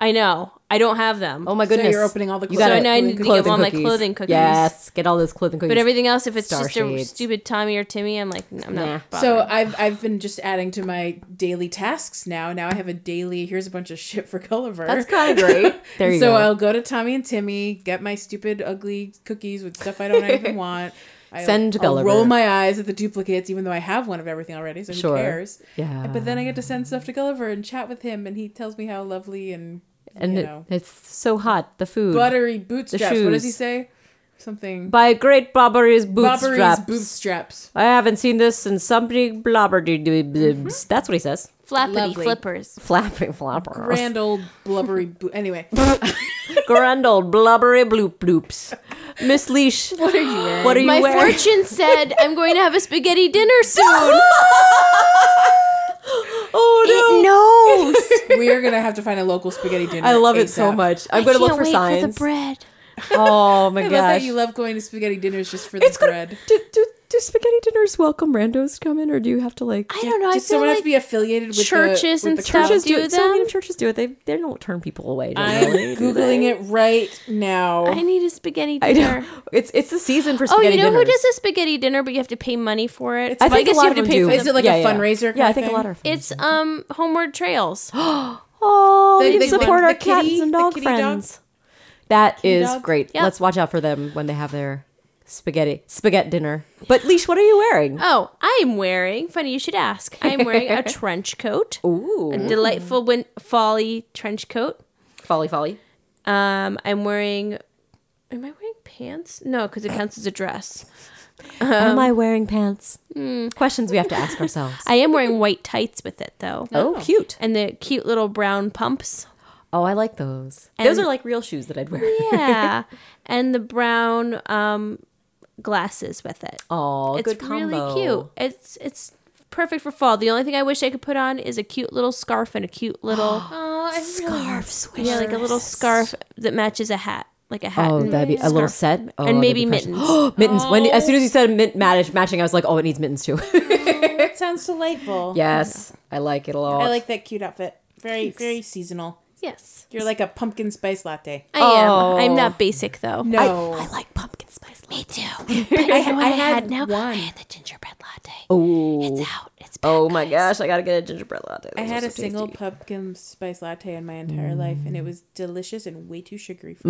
S3: I know I don't have them.
S2: Oh my goodness!
S4: you're opening all the
S2: You gotta-
S4: So now I
S3: need to get all my clothing cookies.
S2: Yes, get all those clothing cookies.
S3: but everything else, if it's
S2: Star
S3: just
S2: shades.
S3: a stupid Tommy or Timmy, I'm like, I'm
S2: Nah.
S3: not. bothered.
S4: So I've I've been just adding to my daily tasks now. Now I have a daily. Here's a bunch of shit for Gulliver.
S2: That's kind of great. There you
S4: so uh,
S2: go.
S4: I'll go to Tommy and Timmy, get my stupid, ugly cookies with stuff I don't even want. I'll,
S2: Send
S4: I'll
S2: Gulliver.
S4: roll my eyes at the duplicates, even though I have one of everything already. So who
S2: Sure.
S4: cares?
S2: Yeah.
S4: But then I get to send stuff to Gulliver and chat with him, and he tells me how lovely and
S2: and
S4: you
S2: it-
S4: know
S2: it's so hot. The food.
S4: buttery bootstraps. What does he
S2: shoes.
S4: say? Something.
S2: By great Bobbery's bootstraps.
S4: Bobbery's bootstraps.
S2: I haven't seen this since somebody
S4: Mm-hmm.
S2: blobberdy. That's what he says.
S3: flappity
S4: lovely.
S3: flippers.
S2: Flapping flopper.
S4: Grand old blubbery. Bo- anyway,
S2: Grand old blubbery bloop bloops. Miss Leash,
S4: what are you wearing?
S2: what are you
S3: My
S2: wearing?
S3: fortune said I'm going to have a spaghetti dinner soon.
S2: oh
S3: no,
S4: we are gonna have to find a local spaghetti dinner.
S2: I love it so
S4: ASAP.
S2: much. I'm going to look for signs.
S3: the bread.
S2: Oh my
S4: I
S2: gosh.
S4: love that you love going to spaghetti dinners just for
S2: it's
S4: the
S2: gonna,
S4: bread.
S2: Do, do, do spaghetti dinners welcome randos to come in, or do you have to like?
S3: I don't know. I
S4: Does
S3: feel
S4: someone
S3: like
S4: have to be affiliated with the-
S3: churches
S4: with
S3: and
S4: the church?
S3: stuff
S2: Churches do,
S3: do
S2: it. So many
S3: them?
S2: churches do it. They they don't turn people away.
S4: I'm
S2: Generally.
S4: googling it right now.
S3: I need a spaghetti
S2: I
S3: dinner.
S2: know. It's it's the season for
S3: Oh,
S2: spaghetti
S3: you know who
S2: dinners.
S3: does a spaghetti dinner, but you have to pay money for it.
S2: I
S3: Well,
S2: think a lot
S3: you
S2: of
S3: have to
S2: them
S3: pay
S2: do.
S3: for
S4: Is
S3: them.
S4: it like
S2: Yeah,
S4: a
S2: yeah.
S4: fundraiser? kind
S2: Yeah, I
S4: of
S2: think a
S4: thing?
S2: lot are. Fun.
S3: It's um Homeward Trails.
S2: Oh,
S4: They-
S2: we
S4: they
S2: can support
S4: blend
S2: our
S4: the
S2: cats
S4: kitty-
S2: and
S4: the
S2: dog
S4: kitty dog.
S2: friends. That is
S4: dog.
S2: great.
S3: Yeah.
S2: Let's watch out for them when they have their spaghetti spaghetti dinner. But Leash, what are you wearing?
S3: Oh, I am wearing. Funny you should ask. I am wearing a trench coat, a
S2: Ooh,
S3: delightful win- folly trench coat.
S2: folly folly.
S3: Um, I'm wearing. Am I wearing pants? No, because it counts as a dress.
S2: Am I wearing pants? Questions we have to ask ourselves.
S3: I am wearing white tights with it though,
S2: oh, cute.
S3: and the cute little brown pumps.
S2: Oh, I like those. those are like real shoes that I'd wear.
S3: Yeah. and the brown um, glasses with it.
S2: Oh,
S3: it's
S2: good combo.
S3: really cute. It's it's perfect for fall. The only thing I wish I could put on is a cute little scarf and a cute little
S4: Oh, I scarf.
S2: swish.
S3: yeah, like a little scarf that matches a hat, like a hat.
S2: Oh,
S3: and
S2: that'd be a little
S3: scarf.
S2: set. Oh,
S3: and
S2: that'd
S3: maybe
S2: be precious.
S3: mittens.
S2: mittens. When as soon as you said mit- match, matching, I was like, oh, it needs mittens too.
S4: That sounds delightful.
S2: yes, I like it a lot.
S4: I like that cute outfit. Very, very seasonal.
S3: yes,
S4: You're like a pumpkin spice latte.
S3: I
S2: Oh.
S3: am. I'm not basic though.
S4: No.
S3: like pumpkin spice. Me too. But you know what I,
S4: had
S3: had now?
S4: one.
S3: I had the gingerbread latte.
S2: Oh,
S3: It's out. It's back,
S2: oh my
S3: guys.
S2: gosh, I gotta get a gingerbread latte.
S4: I
S2: Those are
S4: had
S2: so
S4: a single
S2: tasty.
S4: pumpkin spice latte in my entire life, and it was delicious and way too sugary
S2: Mm.
S4: for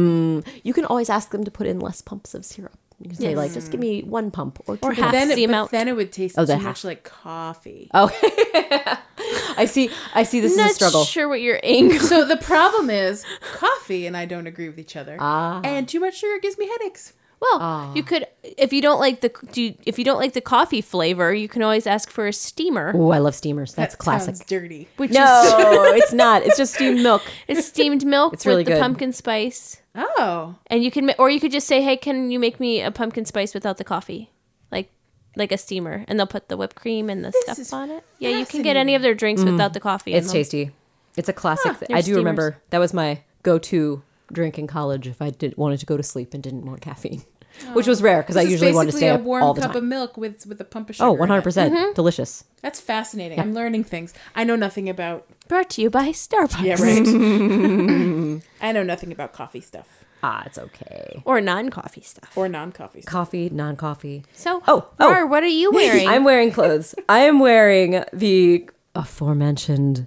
S4: me.
S2: You can always ask them to put in less pumps of syrup. You can say like, just give me one pump or two.
S3: Or
S2: pumps.
S3: half
S4: Then, it,
S3: the
S4: but
S3: amount.
S4: then it would taste
S2: Oh,
S4: too
S2: the
S4: much
S2: half.
S4: like coffee.
S2: I see. I see. This
S3: not
S2: is a struggle.
S3: sure what your angle.
S4: So the problem is coffee and I don't agree with each other.
S2: Ah.
S4: And too much sugar gives me headaches.
S3: Well, you could if you don't like the do you- if you don't like the coffee flavor, you can always ask for a steamer.
S2: Oh, I love steamers. That's
S4: That
S2: classic.
S4: sounds dirty.
S3: Which is
S2: No, Oh, it's not. It's just steamed milk.
S3: it's steamed milk
S2: It's really
S3: with the
S2: good.
S3: pumpkin spice.
S4: Oh.
S3: And you can ma- or you could just say, "Hey, can you make me a pumpkin spice without the coffee?" Like like a steamer and they'll put the whipped cream and the
S4: is
S3: stuff on it. Yeah, you can get any of their drinks
S2: Mm.
S3: without the coffee. in
S2: It's
S3: them.
S2: tasty. It's a classic. thi-
S3: they're
S2: I do
S3: steamers.
S2: remember that was my go-to drink in college if I did wanted to go to sleep and didn't want caffeine, which was rare because I
S4: This is
S2: usually wanted to
S4: basically
S2: stay
S4: a
S2: up
S4: warm
S2: all the
S4: cup of
S2: time.
S4: milk with with a pump of sugar.
S2: Oh,
S4: in it.
S2: 100 percent delicious.
S4: That's fascinating. I'm learning things. I know nothing about
S3: Brought to you by Starbucks.
S4: Yeah, right. I know nothing about coffee stuff
S2: Ah, it's okay.
S3: Or non-coffee stuff.
S4: or non-coffee stuff.
S2: Coffee, non-coffee.
S3: So,
S2: Oh, oh.
S3: Rar, what are you wearing?
S2: I'm wearing clothes. I am wearing the aforementioned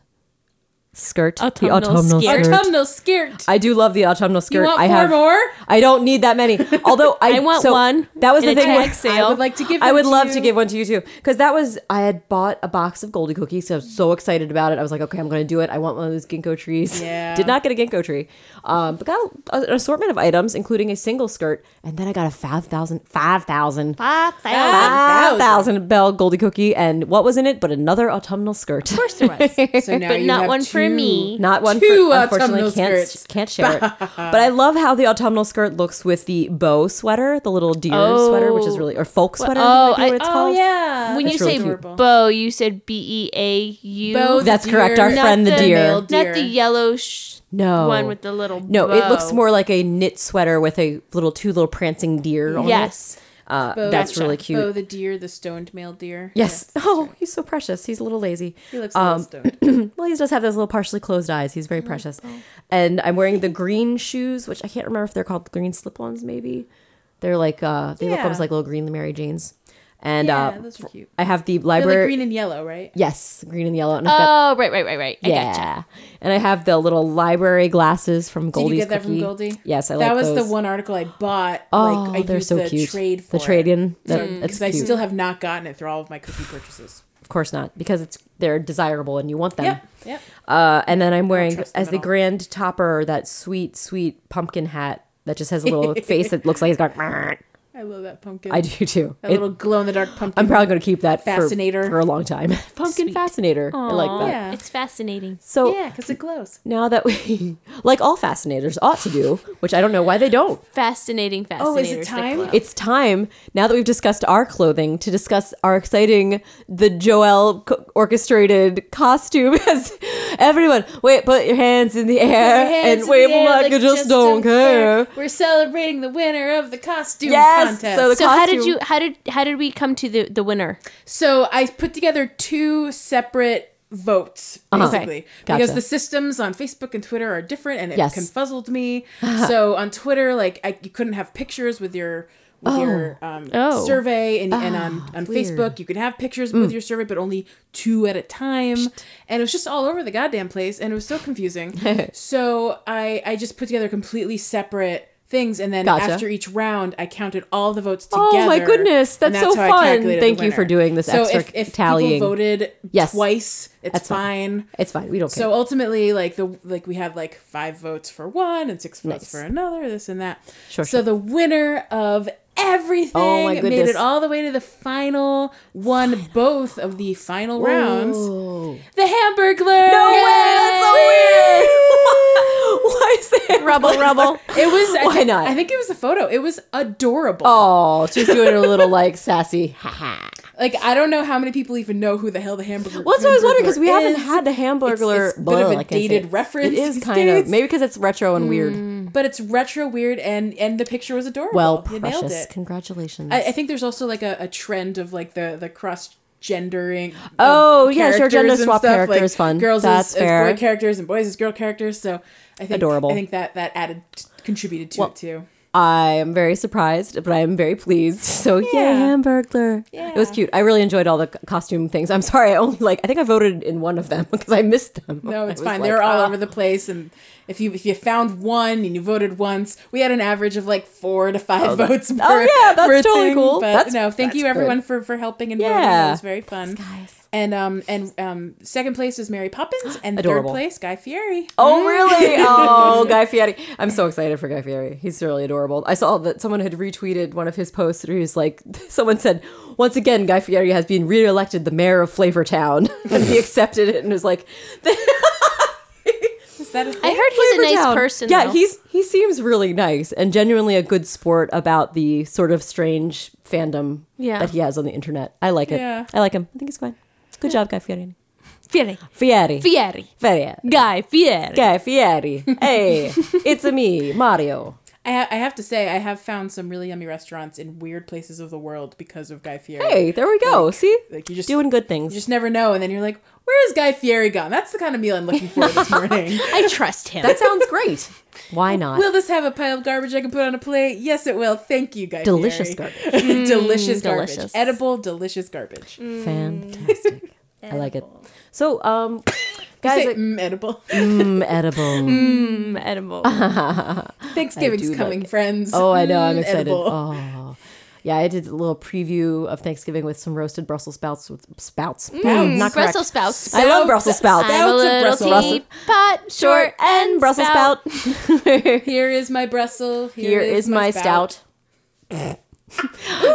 S2: skirt,
S3: Autumnal
S2: the autumnal
S3: skirt.
S2: skirt.
S4: Autumnal skirt.
S2: I do love the autumnal skirt.
S4: want
S2: I
S4: four
S2: have
S4: more?
S2: I don't need that many. Although I,
S3: I want
S2: so
S3: one
S2: That was
S3: in
S2: the
S3: a
S2: thing.
S3: tag
S2: where-
S3: sale.
S4: I would like to give
S2: I
S4: them
S2: would
S4: to
S2: love to
S4: you.
S2: give one to you too because that was I had bought a box of Goldie cookies. So I was so excited about it. I was like, okay, I'm going to do it. I want one of those ginkgo trees.
S4: Yeah.
S2: Did not get a ginkgo tree, um, but got a, an assortment of items, including a single skirt, and then I got a 5,000 5,000
S3: Ah, thank-
S2: 5,000 bell Goldie cookie, and what was in it but another autumnal skirt. Of course,
S4: So now
S3: but
S4: you
S3: not
S4: have
S3: one for
S4: two-
S3: me.
S2: Not one
S4: Two
S2: for unfortunately
S4: autumnal
S2: can't
S4: skirts.
S2: can't share it. But I love how the autumnal skirt looks with the bow sweater, the little deer sweater, which is
S3: Oh.
S2: really or folk sweater.
S3: oh,
S2: might be
S3: I-
S2: what it's
S3: oh,
S2: called.
S4: Yeah.
S3: when you
S2: That's really
S3: say
S4: cute.
S3: bow, you said B E A U.
S4: Bow the
S2: That's correct, our
S4: deer,
S2: friend the
S3: not
S2: deer.
S4: male
S3: Not the yellow sh-
S2: No.
S3: one with the little.
S2: No, it looks
S3: bow.
S2: more like a knit sweater with a little two little prancing deer. On it.
S3: Yes.
S2: Uh,
S4: Bo-
S2: that's really
S4: Bo
S2: cute.
S4: the deer, the stoned male deer.
S2: Yes. Oh, he's so precious. He's a little lazy.
S4: Yeah, he looks a
S2: um,
S4: little stoned.
S2: well, he does have those little partially closed eyes. He's
S4: Oh,
S2: very precious. And I'm wearing the green shoes, which I can't remember if they're called green slip-ons. Maybe they're like uh, they look
S4: Yeah.
S2: almost like little green Mary Janes. And
S4: Yeah,
S2: uh,
S4: those are cute.
S2: I have the
S4: They're
S2: library.
S4: like green and yellow, right?
S2: Yes, green and yellow. And I've got,
S3: Oh, right, right, right, right. I
S2: yeah.
S3: gotcha.
S2: And I have the little library glasses from
S4: Did you
S2: Goldie's
S4: get that
S2: Cookie.
S4: from Goldie?
S2: Yes, I
S4: that
S2: like
S4: was
S2: those.
S4: the one article I bought.
S2: Oh,
S4: like, I
S2: they're
S4: used
S2: so
S4: the
S2: cute.
S4: Trade for
S2: the trade in. That, that's
S4: Because I
S2: cute.
S4: still have not gotten it through all of my cookie purchases.
S2: of course not, because it's they're desirable and you want them.
S4: Yep. Mm. Yep.
S2: Uh, and then I'm wearing
S4: trust them
S2: as
S4: at
S2: the
S4: all.
S2: grand topper that sweet, sweet pumpkin hat that just has a little face that looks like it's going.
S4: I love that pumpkin.
S2: I do too.
S4: That
S2: It-
S4: little glow in the dark pumpkin.
S2: I'm probably going to keep that for-
S4: Fascinator.
S2: for, a long time. Pumpkin fascinator. I like that.
S4: Yeah.
S3: It's fascinating.
S2: So
S4: Yeah, because it glows.
S2: now that we, like all fascinators, ought to do, which I don't know why they don't.
S3: Fascinating, fascinating.
S4: Oh, is it time?
S2: It's time now that we've discussed our clothing to discuss our exciting the Joel co- orchestrated costume as everyone wait put your hands in the air and wave them like you just don't care.
S4: We're celebrating the winner of the costume
S2: Yes,
S4: contest.
S2: so the-
S3: so how did
S2: costume.
S3: you how did how did we come to the the winner?
S4: So I put together two separate votes basically
S2: Uh-huh. Gotcha.
S4: because the systems on Facebook and Twitter are different and it
S2: Yes. Uh-huh.
S4: confuzzled me. so on Twitter, like I, you couldn't have pictures with your with your um,
S3: Oh.
S4: survey and, and on,
S2: Ah,
S4: on Facebook you could have pictures
S2: Mm.
S4: with your survey but only two at a time and it was just all over the goddamn place and it was so confusing so I I just put together completely separate things and then
S2: Gotcha.
S4: after each round I counted all the votes together
S2: Oh my
S4: together,
S2: goodness, that's
S4: and
S2: so
S4: how I
S2: fun.
S4: calculated the
S2: Thank you for
S4: winner.
S2: doing this
S4: so
S2: extra
S4: if, if
S2: tallying.
S4: People voted
S2: Yes.
S4: twice. It's
S2: That's fine.
S4: fine.
S2: It's fine. We don't care.
S4: So ultimately, like the like we had like five votes for one and six votes
S2: Nice.
S4: for another. This and that.
S2: Sure,
S4: So
S2: sure.
S4: the winner of everything
S2: Oh my
S4: made
S2: goodness.
S4: it all the way to the final. Won both of the final rounds. The Hamburglar.
S2: No way! Oh, That's so weird. is there?
S3: Rubble, rubble.
S4: It was I
S2: Why
S4: thi-
S2: not?
S4: I think it was a photo. It was adorable.
S2: Oh, she's doing her little like sassy. Ha ha.
S4: Like I don't know how many people even know who the hell the hamburger.
S2: Well, that's what I was wondering because we
S4: Hamburgler
S2: haven't
S4: is.
S2: had the Hamburglar.
S4: it's a bit of a
S2: I can't say
S4: dated
S2: it.
S4: reference
S2: It is
S4: these
S2: kind of
S4: days. Mm,
S2: maybe because it's retro and weird.
S4: but it's retro weird and and the picture was adorable.
S2: Well,
S4: you nailed
S2: precious.
S4: it.
S2: Congratulations.
S4: I, I think there's also like a, a trend of like the the cross gendering. of
S2: Oh, yeah, sure,
S4: characters
S2: gender
S4: and
S2: swap character
S4: like,
S2: is fun.
S4: Girls
S2: That's
S4: as,
S2: fair.
S4: as boy characters and boys as girl characters. So I think
S2: Adorable.
S4: I think that that added contributed to it too.
S2: I am very surprised, but I am very pleased. So Oh, yeah,
S4: Yeah.
S2: Hamburglar. It was
S4: Yeah.
S2: cute. I really enjoyed all the c- costume things. I'm sorry, I only like I think I voted in one of them because I missed them.
S4: No,
S2: I was
S4: it's fine.
S2: like,
S4: They're all
S2: "Ah."
S4: over the place, and if you if you found one and you voted once, we had an average of like four to five votes. Per,
S2: Oh, yeah, that's
S4: per
S2: totally
S4: thing,
S2: cool.
S4: But
S2: That's-
S4: no, thank
S2: that's
S4: you
S2: good.
S4: everyone for for helping and voting.
S2: Yeah.
S4: It was very fun, guys. And um and um second place is Mary Poppins, and third
S2: Adorable.
S4: place Guy Fieri.
S2: Oh really? Oh, Guy Fieri! I'm so excited for Guy Fieri. He's really adorable. I saw that someone had retweeted one of his posts, and he was like, "Someone said once again, Guy Fieri has been re-elected the mayor of Flavortown," and he accepted it and was like,
S4: Is that a
S3: I
S4: thing?
S3: heard he's a nice
S2: Flavortown.
S3: person.
S2: Yeah,
S3: though.
S2: he's he seems really nice and genuinely a good sport about the sort of strange fandom
S3: Yeah.
S2: that he has on the internet. I like it.
S4: Yeah.
S2: I like him. I think he's fine. Good job, Guy Fieri. Fieri.
S3: Fieri.
S2: Fieri.
S3: Guy Fieri.
S2: Guy Fieri. Hey, it's a me, Mario.
S4: I, ha- I have to say I have found some really yummy restaurants in weird places of the world because of Guy Fieri.
S2: Hey, there we go. See,
S4: like you just
S2: doing good things.
S4: you just never know, and then you're like, where is Guy Fieri gone? That's the kind of meal I'm looking for this morning.
S3: I trust him.
S2: that sounds great. Why not?
S4: Will this have a pile of garbage I can put on a plate? Yes, it will. Thank you, guys.
S2: Delicious Mm,
S4: delicious garbage.
S2: delicious. Mm.
S4: Edible, delicious garbage.
S2: Fantastic. I like it. So, um, guys,
S4: Say,
S2: like,
S4: mm, edible.
S2: mm, edible.
S3: Mm, edible.
S2: I do
S4: Thanksgiving's
S2: like
S4: coming,
S2: it.
S4: friends.
S2: Oh, I know. I'm
S4: Mm,
S2: excited.
S4: edible.
S2: Oh. Yeah, I did a little preview of Thanksgiving with some roasted Brussels sprouts with spouts.
S4: Spouts.
S2: mm, Not correct.
S3: Brussels spouts.
S2: I love Brussels spouts.
S3: I'm a
S4: Mm, Spouts of
S3: little
S4: Brussels.
S3: teapot, short and
S2: Brussels
S3: spout.
S2: spout.
S4: Here is my Brussels.
S2: Here is my stout.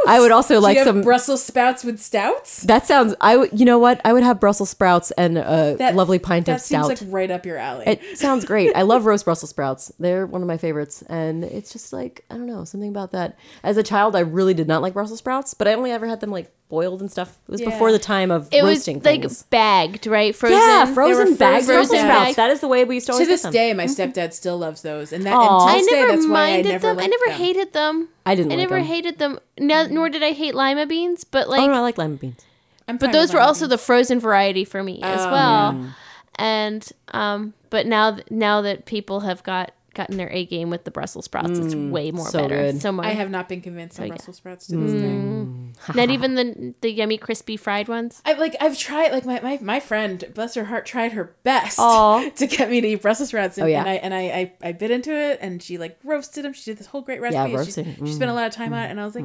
S2: I would also
S4: Like
S2: like
S4: you have
S2: some.
S4: Brussels spouts with stouts.
S2: that sounds. I would. You know what? I would have Brussels sprouts and a
S4: That
S2: lovely pint
S4: that
S2: of stout.
S4: seems like right up your alley.
S2: It sounds great. I love roast Brussels sprouts. They're one of my favorites. And it's just like, I don't know, something about that. As a child, I really did not like Brussels sprouts, but I only ever had them like boiled and stuff. It was
S4: Yeah.
S2: before the time of
S3: It was
S2: roasting
S3: like
S2: things.
S3: bagged, right? Frozen.
S2: yeah, frozen
S4: frozen-
S2: bags, Brussels
S4: frozen
S2: sprouts.
S3: bags.
S2: That is the way we used to
S4: to
S2: always
S4: this
S2: get them.
S4: day, my stepdad still loves those, and that
S2: Aw.
S4: and
S3: I
S4: to this day,
S3: never
S4: that's why I
S3: minded
S4: never
S3: them. I
S4: liked
S3: never
S4: them.
S3: hated them.
S2: I didn't
S3: I
S2: like
S3: never
S2: them.
S3: hated them. No, nor did I hate lima beans. But like,
S2: Oh, no, I like lima beans.
S4: I'm
S3: but
S4: fine with
S3: those were
S4: them.
S3: also the frozen variety for me as well. And um, but now th- now that people have got gotten their A game with the Brussels sprouts, it's way more
S2: so
S3: better.
S2: good.
S3: So much.
S4: I have not been convinced on Brussels
S2: Mm.
S4: sprouts to this day.
S3: Not even the the yummy crispy fried ones.
S4: I like I've tried like my, my, my friend bless her heart tried her best
S3: Aw.
S4: to get me to eat Brussels sprouts and,
S2: Oh, yeah.
S4: and I and I, I I bit into it and she like roasted them she did this whole great recipe
S2: Yeah,
S4: and she,
S2: roasting.
S4: she spent a lot of time on it and I was like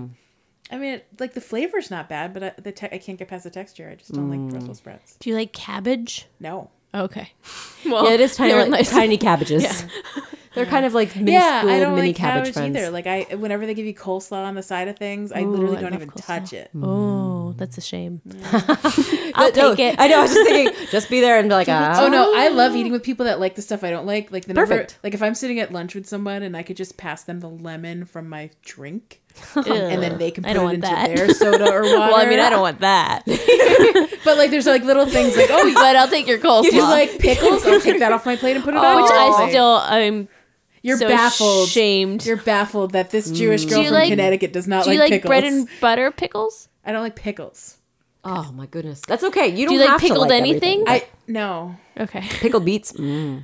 S4: I mean it, like the flavor's not bad but I, the te- I can't get past the texture I just don't like Brussels sprouts
S3: Do you like cabbage?
S4: no
S3: Okay. Well,
S2: Yeah, it is tiny,
S3: they're
S2: like,
S3: nice.
S2: tiny cabbages. They're kind of like minuscule
S4: yeah I don't
S2: mini
S4: like
S2: cabbage,
S4: cabbage,
S2: friends.
S4: either like I whenever they give you coleslaw on the side of things I
S3: Ooh,
S4: literally
S3: I
S4: don't
S3: love
S4: even
S3: coleslaw.
S4: touch it
S3: Oh, that's a shame. I'll
S2: No,
S3: take it.
S2: I know. I was just thinking, just be there and be like, ah.
S4: Oh no, I love eating with people that like the stuff I don't like. Like the number,
S2: Perfect.
S4: like if I'm sitting at lunch with someone and I could just pass them the lemon from my drink,
S3: Ugh.
S4: and then they can
S3: I
S4: put it
S3: don't
S4: into
S3: want that.
S4: their soda or water.
S3: Well, I mean, I don't want that. but
S4: But like, there's like little things like, oh, you
S3: I'll take your coleslaw.
S4: you like pickles? I'll take that off my plate and put it on.
S3: which
S4: your
S3: I
S4: plate.
S3: still I'm
S4: You're
S3: so
S4: baffled.
S3: ashamed.
S4: You're baffled that this Jewish girl
S3: you
S4: from
S3: like-
S4: Connecticut does not
S3: Do you
S4: like
S3: like
S4: pickles.
S3: bread and butter pickles?
S4: I don't like pickles.
S2: Oh my goodness, that's okay. You don't
S3: you like
S2: have to
S3: pickled
S2: like
S3: anything?
S2: everything.
S4: I no.
S3: Okay.
S2: Pickled beets. Mm.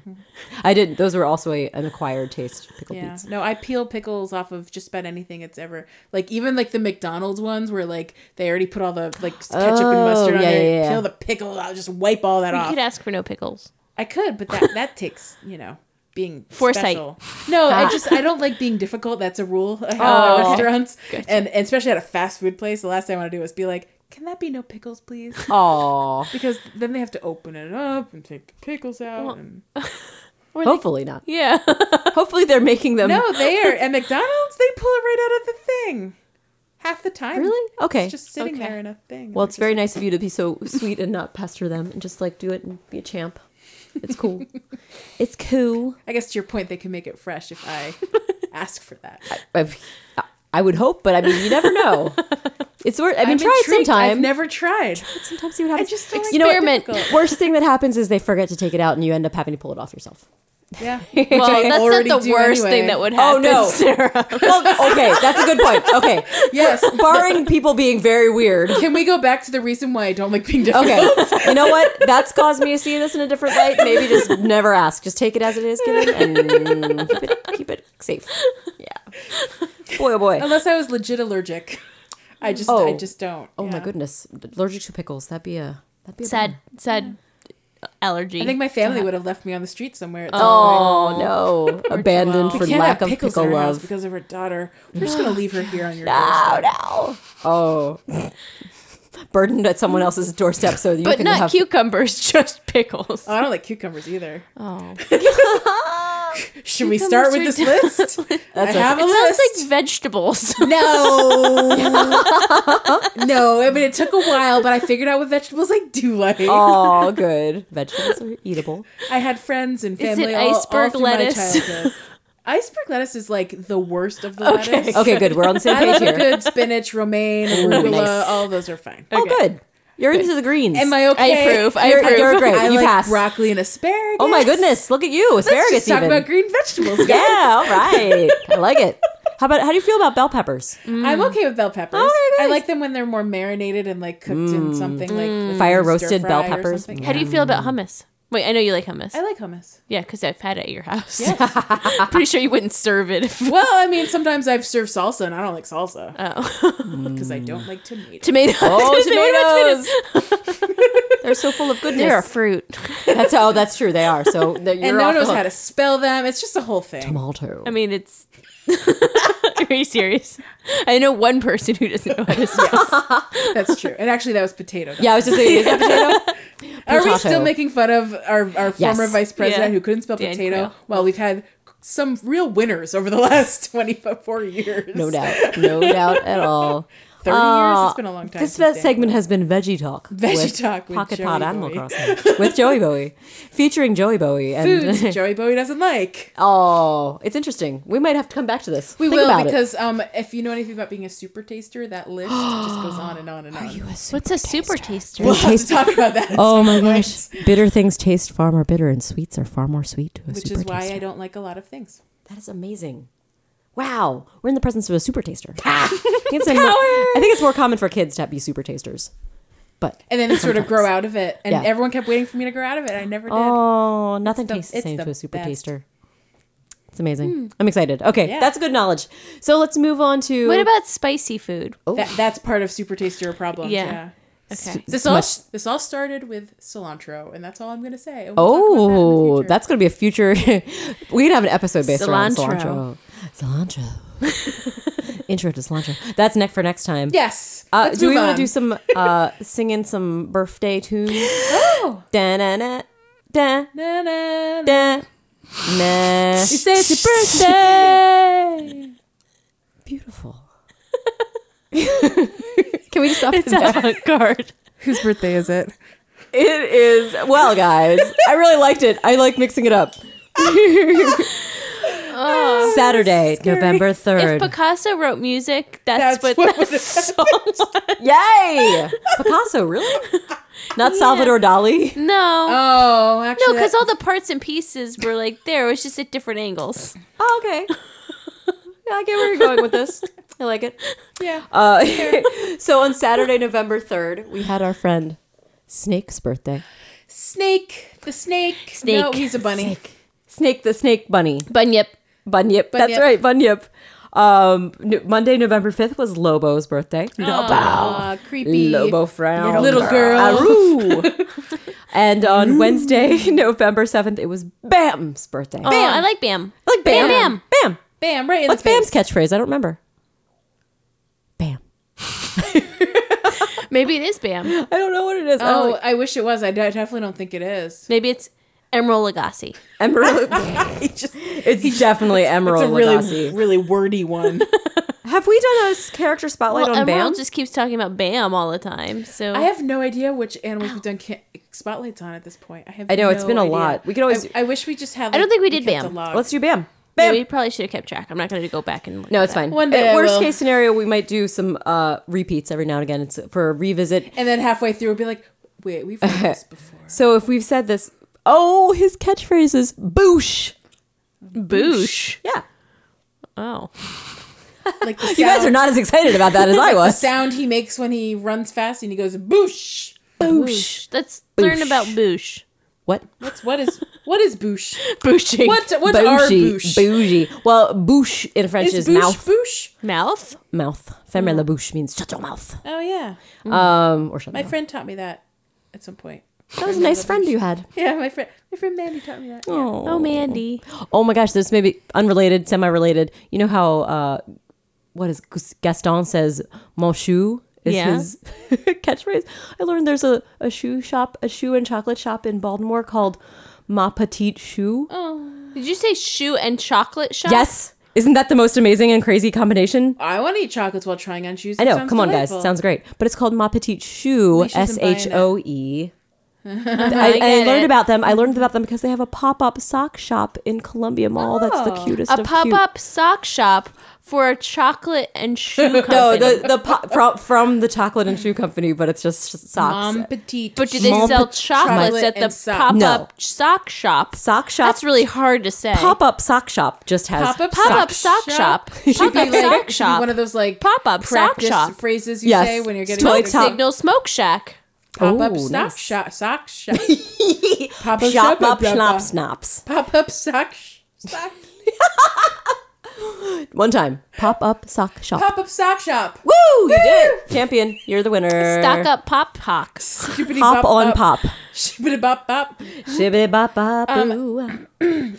S2: I didn't. Those were also a, an acquired taste. Pickled
S4: Yeah.
S2: beets.
S4: No, I peel pickles off of just about anything it's ever like even like the McDonald's ones where like they already put all the like ketchup and
S2: Oh,
S4: mustard on
S2: yeah,
S4: there.
S2: yeah, yeah.
S4: Peel the pickle, I'll just wipe all that
S3: You
S4: off.
S3: could ask for no pickles.
S4: I could, but that that takes, you know, being
S3: Foresight.
S4: special. No, I just I don't like being difficult. That's a rule I have at
S2: Oh.
S4: restaurants. And, and especially at a fast food place, the last thing I want to do is be like, Can that be no pickles, please?
S2: Oh,
S4: Because then they have to open it up and take the pickles out. and...
S2: hopefully not.
S3: Yeah.
S2: Hopefully they're making them.
S4: No, they are at McDonald's. They pull it right out of the thing, half the time.
S2: Really? Okay.
S4: It's just sitting
S3: Okay.
S4: there in a thing.
S2: well, it's very nice of you to be so sweet and not pester them, and just like do it and be a champ. It's cool. it's cool.
S4: I guess to your point, they can make it fresh if I ask for that.
S2: I've, I would hope, but I mean, you never know. It's worth. I mean,
S4: I'm
S2: try it
S4: intrigued.
S2: sometime.
S4: I've never tried.
S2: Sometimes see what happens.
S4: just don't like
S2: you know,
S3: experiment.
S2: what? worst thing that happens is they forget to take it out, and you end up having to pull it off yourself.
S4: Yeah.
S3: Well,
S4: I
S3: that's
S4: already
S3: not the
S4: do
S3: worst
S4: anyway.
S3: thing that would
S2: Oh,
S3: happen.
S2: no.
S3: Sarah.
S2: Well, okay, that's a good point. Okay,
S4: Yes.
S2: barring people being very weird.
S4: Can we go back to the reason why I don't like being difficult?
S2: Okay, you know what? That's caused me to see this in a different light. Maybe just never ask. Just take it as it is given and keep it, keep it safe. Yeah. Boy, oh boy.
S4: Unless I was legit allergic. I just I
S2: Oh.
S4: just don't.
S2: Oh my
S4: Yeah.
S2: goodness, allergic to pickles. That'd be a that'd be a
S3: Sad, sad allergy.
S4: I think my family would have left me on the street somewhere. At some
S2: Oh no, abandoned
S4: point.
S2: for
S4: we can't
S2: lack
S4: have
S2: of
S4: pickles
S2: pickle
S4: in our house
S2: love.
S4: because of her daughter. We're just gonna leave her here on your
S2: Oh
S4: doorstep.
S2: no. Oh. Burdened at someone else's doorstep, so you
S3: but
S2: can
S3: not
S2: have
S3: cucumbers, just pickles.
S4: Oh, I don't like cucumbers either.
S3: Oh,
S4: Should we start with this list? I have a
S3: it sounds
S4: list.
S3: like vegetables.
S4: no, no. I mean, it took a while, but I figured out what vegetables I do like.
S2: Oh, all good vegetables are eatable.
S4: I had friends and
S3: Is it
S4: family. all- all
S3: iceberg
S4: through my
S3: lettuce?
S4: childhood. iceberg lettuce is like the worst of the lettuce.
S2: Okay, good. We're on the same
S4: I
S2: page
S4: love a
S2: here.
S4: good spinach, romaine, arugula.
S2: nice.
S4: All those are fine.
S2: Oh, good. You're into the greens.
S4: Am I okay?
S3: I approve. I
S2: You're-
S3: approve.
S2: you're great.
S4: I
S2: You
S4: like
S2: pass.
S4: broccoli and asparagus.
S2: oh my goodness, look at you, asparagus.
S4: Let's just talk
S2: even.
S4: about green vegetables. guys.
S2: yeah, all right. I like it. How about how do you feel about bell peppers?
S4: I'm okay with bell peppers.
S2: Okay,
S4: I
S2: nice.
S4: like them when they're more marinated and like cooked in something like
S2: Mm.
S4: with
S2: Fire
S4: stir
S2: roasted bell
S4: fry or
S2: peppers.
S4: something.
S3: How do you feel about hummus? Wait, I know you like hummus.
S4: I like hummus.
S3: yeah, because I've had it at your house. Pretty sure you wouldn't serve it. If,
S4: Well, I mean, sometimes I've served salsa and I don't like salsa
S3: oh,
S4: because I
S2: Mm.
S4: don't like tomatoes.
S3: tomatoes.
S2: Oh,
S3: They would've been
S2: tomatoes! They're so full of goodness.
S3: They're a fruit.
S2: That's oh, that's true. They are. So that you're
S4: And no
S2: off
S4: one
S2: the
S4: knows
S2: hook.
S4: how to spell them. It's just a whole thing.
S2: Tomato.
S3: I mean, it's. Are you serious? I know one person who doesn't know how to spell.
S4: That's true. And actually, that was potato.
S2: Yeah, I was just saying, is that potato?
S4: Are we
S2: Potato.
S4: still making fun of our, our former vice president
S3: Yeah.
S4: who couldn't spell
S3: Dan
S4: potato?
S3: Quayle.
S4: Well, we've had some real winners over the last 24 years.
S2: No doubt. No doubt at all.
S4: 30 years? It's been a long time.
S2: This
S4: since
S2: ve-
S4: Dan
S2: segment has been Veggie Talk.
S4: Veggie Talk with
S2: Pocket
S4: Joey
S2: Pod Animal
S4: Bowie.
S2: Crossing. With Joey Bowie. Featuring Joey Bowie. And
S4: foods Joey Bowie doesn't like.
S2: oh, it's interesting. We might have to come back to this.
S4: We
S2: Think
S4: will
S2: about it.
S4: because um, if you know anything about being a super taster, that list just goes on and on and on.
S3: What's a super taster?
S4: we'll have to talk about that.
S2: Oh my gosh. bitter things taste far more bitter, and sweets are far more sweet to a
S4: Which
S2: super
S4: is why
S2: taster.
S4: I don't like a lot of things.
S2: That is amazing. Wow, we're in the presence of a super taster. I, think it's a more- I think it's more common for kids to be super tasters. But
S4: And then they sort of grow out of it, and
S2: Yeah.
S4: everyone kept waiting for me to grow out of it. I never did.
S2: oh, nothing
S4: the-
S2: tastes the
S4: it's
S2: same
S4: the
S2: to a super
S4: best.
S2: taster. It's amazing. I'm excited. Okay,
S4: Yeah.
S2: that's good knowledge. So let's move on to
S3: What about spicy food?
S4: That, that's part of super taster problems.
S3: Yeah.
S4: yeah.
S3: Okay.
S4: This all this all started with cilantro, and that's all I'm gonna say. And we'll talk about that in the
S2: Oh,
S4: future.
S2: that's going to be a future. we could have an episode based around cilantro.
S3: Cilantro.
S2: Cilantro. Intro to cilantro. That's neck for next time.
S4: yes.
S2: Uh,
S4: Let's
S2: do we
S4: move
S2: want
S4: on.
S2: to do some uh, singing some birthday tunes? da na na da
S4: Na, na, na.
S2: da na.
S4: You say it's your birthday.
S2: Beautiful. Can we just stop?
S3: It's avant garde.
S4: Whose birthday is it?
S2: It is well, Oh, guys. I really liked it. I like mixing it up. Saturday, November
S3: If
S2: third.
S3: Picasso wrote music, that's,
S4: That's
S3: what,
S4: what
S3: that
S4: would
S3: song was.
S2: Yay! Picasso, really? Not Salvador Dali.
S3: No.
S4: Oh, actually,
S3: no, because
S4: that-
S3: all the parts and pieces were like there. It was just at different angles.
S2: Oh, okay. Yeah, I get where you're going with this. I like it.
S4: yeah.
S2: Uh, so on Saturday, November 3rd, we had our friend Snake's birthday.
S4: Snake, the snake.
S3: Snake.
S4: No, he's a bunny.
S2: Snake the Snake Bunny.
S3: Bunyip.
S2: Bunyip. That's
S4: Bunyip.
S2: right, Bunyip. Um, n- Monday, November 5th was Lobo's birthday.
S4: Aw, creepy.
S2: Lobo frown.
S4: Little girl.
S2: Aroo. and on Wednesday, November 7th, it was Bam's birthday.
S3: Oh, I like Bam.
S2: I like Bam.
S3: Bam.
S2: Bam.
S4: Bam, right in
S2: What's
S4: the face.
S2: Bam's catchphrase? I don't remember. Bam.
S3: Maybe it is Bam.
S2: I don't know what it is. I don't
S4: Oh,
S2: like-
S4: I wish it was. I de- definitely don't think it is.
S3: Maybe it's Emerald Lagasse.
S2: Emerald.
S4: It's just-
S2: It's definitely Emerald
S4: Oh, it's a really,
S2: Lagasse.
S4: really wordy one.
S2: Have we done a s- character spotlight
S3: Well,
S2: on
S3: Emerald
S2: Bam?
S3: just keeps talking about Bam all the time. So
S4: I have no idea which animals we've done ca- spotlights on at this point. I have.
S2: I know, it's
S4: no
S2: been a
S4: idea.
S2: lot. We could always-
S4: I, I wish we just had. Like,
S3: don't think we did
S4: kept
S3: Bam.
S4: a log.
S2: Let's do Bam.
S3: Yeah,
S2: Bam.
S3: we probably should have kept track. I'm not going to go back and look
S2: no,
S3: at
S2: it's
S3: that.
S2: fine.
S4: One day
S2: At
S4: I
S2: worst
S4: will.
S2: case scenario, we might do some uh, repeats every now and again. It's for a revisit.
S4: and then halfway through, we'll be like, "Wait, we've done this before."
S2: So if we've said this, oh, his catchphrase is "boosh."
S3: Boosh.
S2: Yeah,
S3: Oh,
S4: Like the sound,
S2: you guys are not as excited about that as I
S4: the
S2: was.
S4: sound he makes when he runs fast, and he goes boosh.
S2: Boosh.
S3: let's
S2: Boosh.
S3: learn about boosh.
S2: What?
S4: What's what is what is boosh?
S3: Booshing.
S4: What what are
S2: Bougie,
S4: boosh?
S2: Bougie. Well, bouche in French is,
S4: is boosh
S2: mouth.
S4: boosh?
S3: mouth?
S2: Mouth. Ferme la bouche means shut your mouth.
S4: Oh yeah,
S2: Um, or shut
S4: my
S2: your mouth.
S4: friend taught me that at some point.
S2: That was a nice friend you had.
S4: Yeah, my friend my friend Mandy taught me that. yeah.
S3: Oh, Mandy.
S2: Oh my gosh, this may be unrelated, semi-related. You know how uh, what is Gaston says "mon chou" is
S3: Yeah.
S2: his catchphrase. I learned there's a, a shoe shop, a shoe and chocolate shop in Baltimore called Ma Petite Shoe.
S3: Oh.
S2: oh.
S3: Did you say shoe and chocolate shop?
S2: Yes, isn't that the most amazing and crazy combination?
S4: I want to eat chocolates while trying on shoes.
S2: I
S4: It
S2: know.
S4: sounds
S2: Come on,
S4: delightful.
S2: guys, sounds great. But it's called Ma Petite Shoe,
S4: least she
S2: S
S4: isn't buying
S2: H
S4: it.
S2: O E. I,
S3: get
S2: I learned
S3: it.
S2: about them. I learned about them because they have a pop-up sock shop in Columbia Mall. That's the cutest.
S3: Oh, A
S2: of cute.
S3: pop up sock shop for a chocolate and shoe company.
S2: No, the the po- from, from the chocolate and shoe company, but it's just s- socks.
S4: Mom petite.
S3: but do they
S2: Small
S3: sell
S2: pot-
S3: chocolates
S4: chocolate
S3: at the
S4: and sock.
S3: pop
S2: No.
S3: up sock shop?
S2: sock shop.
S3: That's really hard to say.
S2: pop up sock shop. Just has
S4: Pop up
S3: Pop-up
S4: sock
S3: sock shop.
S4: Should be
S3: Pop-up
S4: like-
S3: sock
S4: should be
S3: shop.
S4: One of those like
S3: Pop-up sock
S4: practice
S3: shop.
S4: phrases you
S2: Yes.
S4: say when you're getting
S2: Smoke
S4: ready to
S2: sock.
S4: go.
S3: Signal Smoke Shack.
S4: Pop up
S2: Oh,
S4: sock
S2: nice.
S4: shop. Sock shop. Pop
S2: shop up schnop snops.
S4: Pop up sock. sh- Sock.
S2: One time, pop up sock shop.
S4: Pop up sock shop.
S2: Woo! You did it, champion. You're the winner.
S3: Stock up pop hocks.
S4: Shippity
S2: Hop
S4: bop
S2: on
S4: bop.
S2: pop.
S4: Shippity bop bop.
S2: Shibbity bop bop. boo.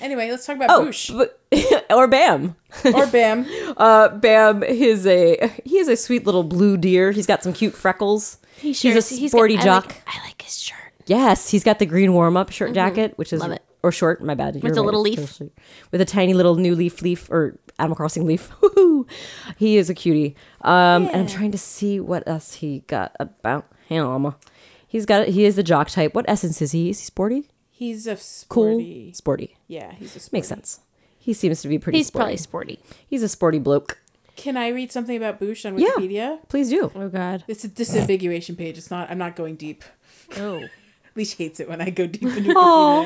S4: Anyway, let's talk about
S2: Oh,
S4: Boosh
S2: b- or Bam.
S4: or Bam.
S2: Uh, Bam is a he is a sweet little blue deer. He's got some cute freckles.
S3: He
S2: he's a sporty jock.
S3: I like, his shirt.
S2: Yes, he's got the green warm-up shirt jacket, which is
S3: Love it.
S2: or short. My bad. Mm-hmm. With
S3: a little leaf.
S2: with a tiny little new leaf, leaf or Animal Crossing leaf. Woohoo! He is a cutie. Um, and I'm trying to see what else he got about him. He's got he is the jock type. What essence is he? Is he sporty?
S4: He's a
S2: Cool,
S4: sporty.
S2: sporty.
S4: Yeah, he's a sporty.
S2: Makes sense. He seems to be pretty.
S3: He's
S2: sporty.
S3: probably sporty.
S2: he's a sporty bloke.
S4: Can I read something about Boosh on
S2: Yeah.
S4: Wikipedia?
S2: Please do.
S3: Oh God.
S4: It's a disambiguation page. It's not. I'm not going deep.
S3: Oh.
S4: Leash hates it when I go deep into
S2: Oh,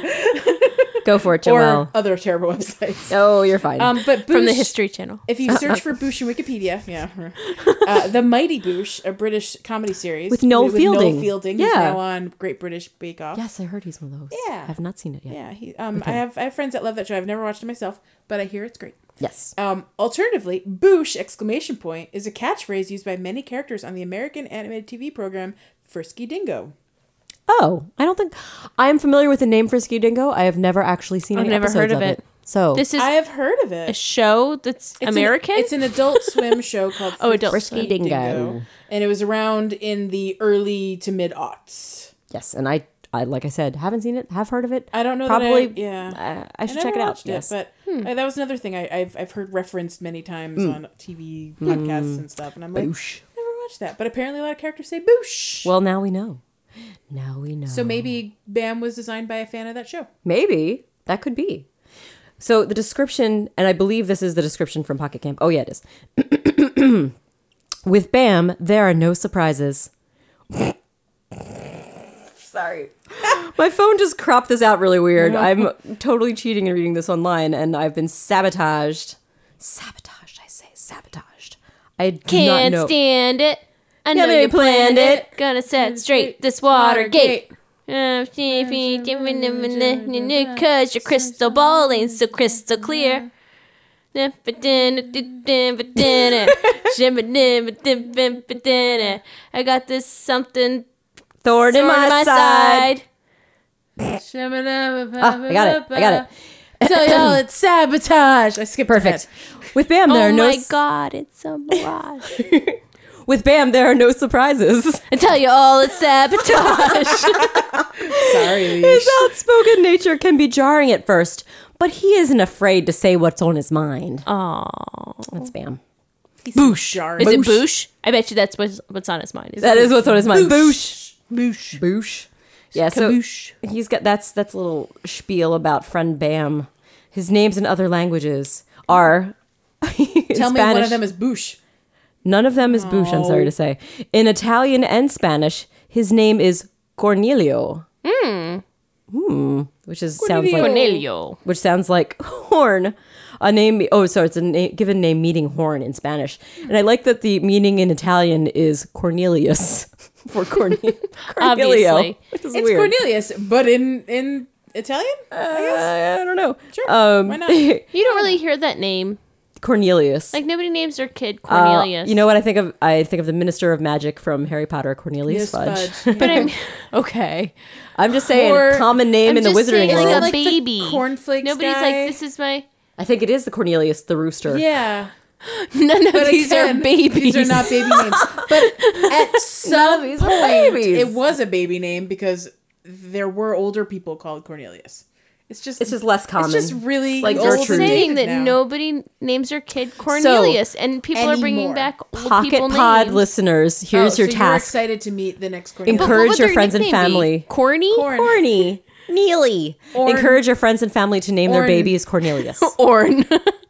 S2: go for it,
S4: or
S2: Joelle.
S4: other terrible websites.
S2: oh, you're fine.
S4: Um, but Boosh,
S3: From the History Channel.
S4: If you search for Boosh in Wikipedia, yeah, uh, the Mighty Boosh, a British comedy series
S2: With Noel Fielding.
S4: Noel Fielding,
S2: Yeah.
S4: who's now on Great British Bake Off.
S2: yes, I heard he's one of those.
S4: Yeah.
S2: I've not seen it yet.
S4: Yeah, he, um, I have I have friends that love that show. I've never watched it myself, but I hear it's great.
S2: Yes.
S4: Um, alternatively, "boosh!" exclamation point is a catchphrase used by many characters on the American animated TV program Frisky Dingo.
S2: Oh, I don't think I am familiar with the name Frisky Dingo. I have never actually seen.
S3: I've
S2: any
S3: never
S2: episodes
S3: heard of it.
S2: So
S3: This is
S4: I have heard of
S3: a
S4: it.
S3: show that's
S4: It's an-
S3: American.
S4: it's an Adult Swim show called
S3: Oh, Adult
S2: Frisky
S3: Swim.
S2: Dingo.
S4: and it was around in the early to mid aughts.
S2: yes, and I, I like I said, haven't seen it. Have heard of it.
S4: I don't know.
S2: Probably.
S4: That I, yeah.
S2: uh, I should
S4: I
S2: check
S4: never
S2: it out.
S4: watched
S2: Yes. Hmm.
S4: but uh, that was another thing I, I've I've heard referenced many times on TV podcasts and stuff, and I'm like,
S2: Hmm. Boosh.
S4: never watched that. But apparently, a lot of characters say boosh.
S2: Well, now we know. Now we know.
S4: so maybe Bam was designed by a fan of that show.
S2: Maybe that could be. So the description, and I believe this is the description from Pocket Camp. Oh yeah, it is. With Bam, there are no surprises. Sorry. My phone just cropped this out really weird. I'm totally cheating and reading this online, and I've been sabotaged. Sabotaged, I say, sabotaged. I do
S3: Can't
S2: not know.
S3: stand it. I
S2: Yeah,
S3: know
S2: they
S3: you
S2: planned
S3: planned
S2: it.
S3: it. Gonna set straight this water gate. Oh, Cause your crystal ball ain't so crystal clear. I got this something
S2: Thorn in
S3: on
S2: my,
S3: my
S2: side.
S3: side.
S2: Ah, I got it. I got it.
S4: So y'all, it's sabotage. I skipped
S2: Perfect. With Bam, there
S3: Oh
S2: are no.
S3: my god, it's a mirage.
S2: With Bam, there are no surprises.
S3: I tell you all, it's sabotage.
S4: Sorry.
S2: His outspoken nature can be jarring at first, but he isn't afraid to say what's on his mind.
S3: Aww.
S2: That's Bam.
S4: Boosh. Jar.
S3: Is it Boosh? I bet you that's what's, what's on his mind. Is
S2: That is what's on his mind. Boosh.
S4: Boosh.
S2: Boosh. Yeah,
S4: Kaboosh.
S2: so he's got that's that's a little spiel about friend Bam. His names in other languages are
S4: Tell
S2: Tell
S4: me one of them is Boosh.
S2: None of them is Boosh, I'm sorry to say. In Italian and Spanish, his name is Cornelio. Hmm. Which is sounds like
S3: Cornelio.
S2: which sounds like horn. A name, oh, sorry, it's a na- given name meaning horn in Spanish. And I like that the meaning in Italian is Cornelius for Corne- Cornelio.
S3: Obviously.
S2: which is
S4: It's
S2: weird.
S4: Cornelius, but in in Italian. I guess.
S2: I don't know.
S4: Sure.
S2: Um,
S4: Why not?
S3: You don't really hear that name.
S2: Cornelius.
S3: Like nobody names their kid
S2: Uh,
S3: Cornelius.
S2: you know what I think of? I think of the Minister of Magic from Harry Potter, Cornelius Fudge.
S3: But I'm
S2: okay, I'm just saying
S4: Or-
S2: common name
S3: I'm
S2: in the
S3: just
S2: wizarding
S3: saying,
S2: world.
S3: like a
S4: Like the
S3: baby.
S4: cornflakes
S3: Nobody's
S4: guy.
S3: like this is my.
S2: I think it is the Cornelius the rooster.
S4: Yeah.
S3: None of
S4: But
S3: these
S4: again,
S3: are babies.
S4: These are not baby names. But at some
S2: these are
S4: point,
S2: babies.
S4: it was a baby name because there were older people called Cornelius. It's just
S2: It's just less common.
S4: It's just really
S2: Like
S4: old
S2: Gertrude.
S4: dated
S3: saying that
S4: now.
S3: nobody names their kid Cornelius, and people are bringing
S4: anymore.
S3: back old
S2: Pocket
S3: people
S2: Pod
S3: names.
S2: listeners,
S4: Oh,
S2: here's
S4: so
S2: your
S4: you're
S2: task:
S4: excited to meet the next Cornelius.
S2: Encourage-
S3: would
S2: your
S3: their
S2: friends and
S3: nickname
S2: family.
S3: Be? Corny,
S4: Corn.
S2: Corny, Neely.
S4: Orn.
S2: Encourage your friends and family to name their
S4: Orn.
S2: babies Cornelius.
S3: Corn,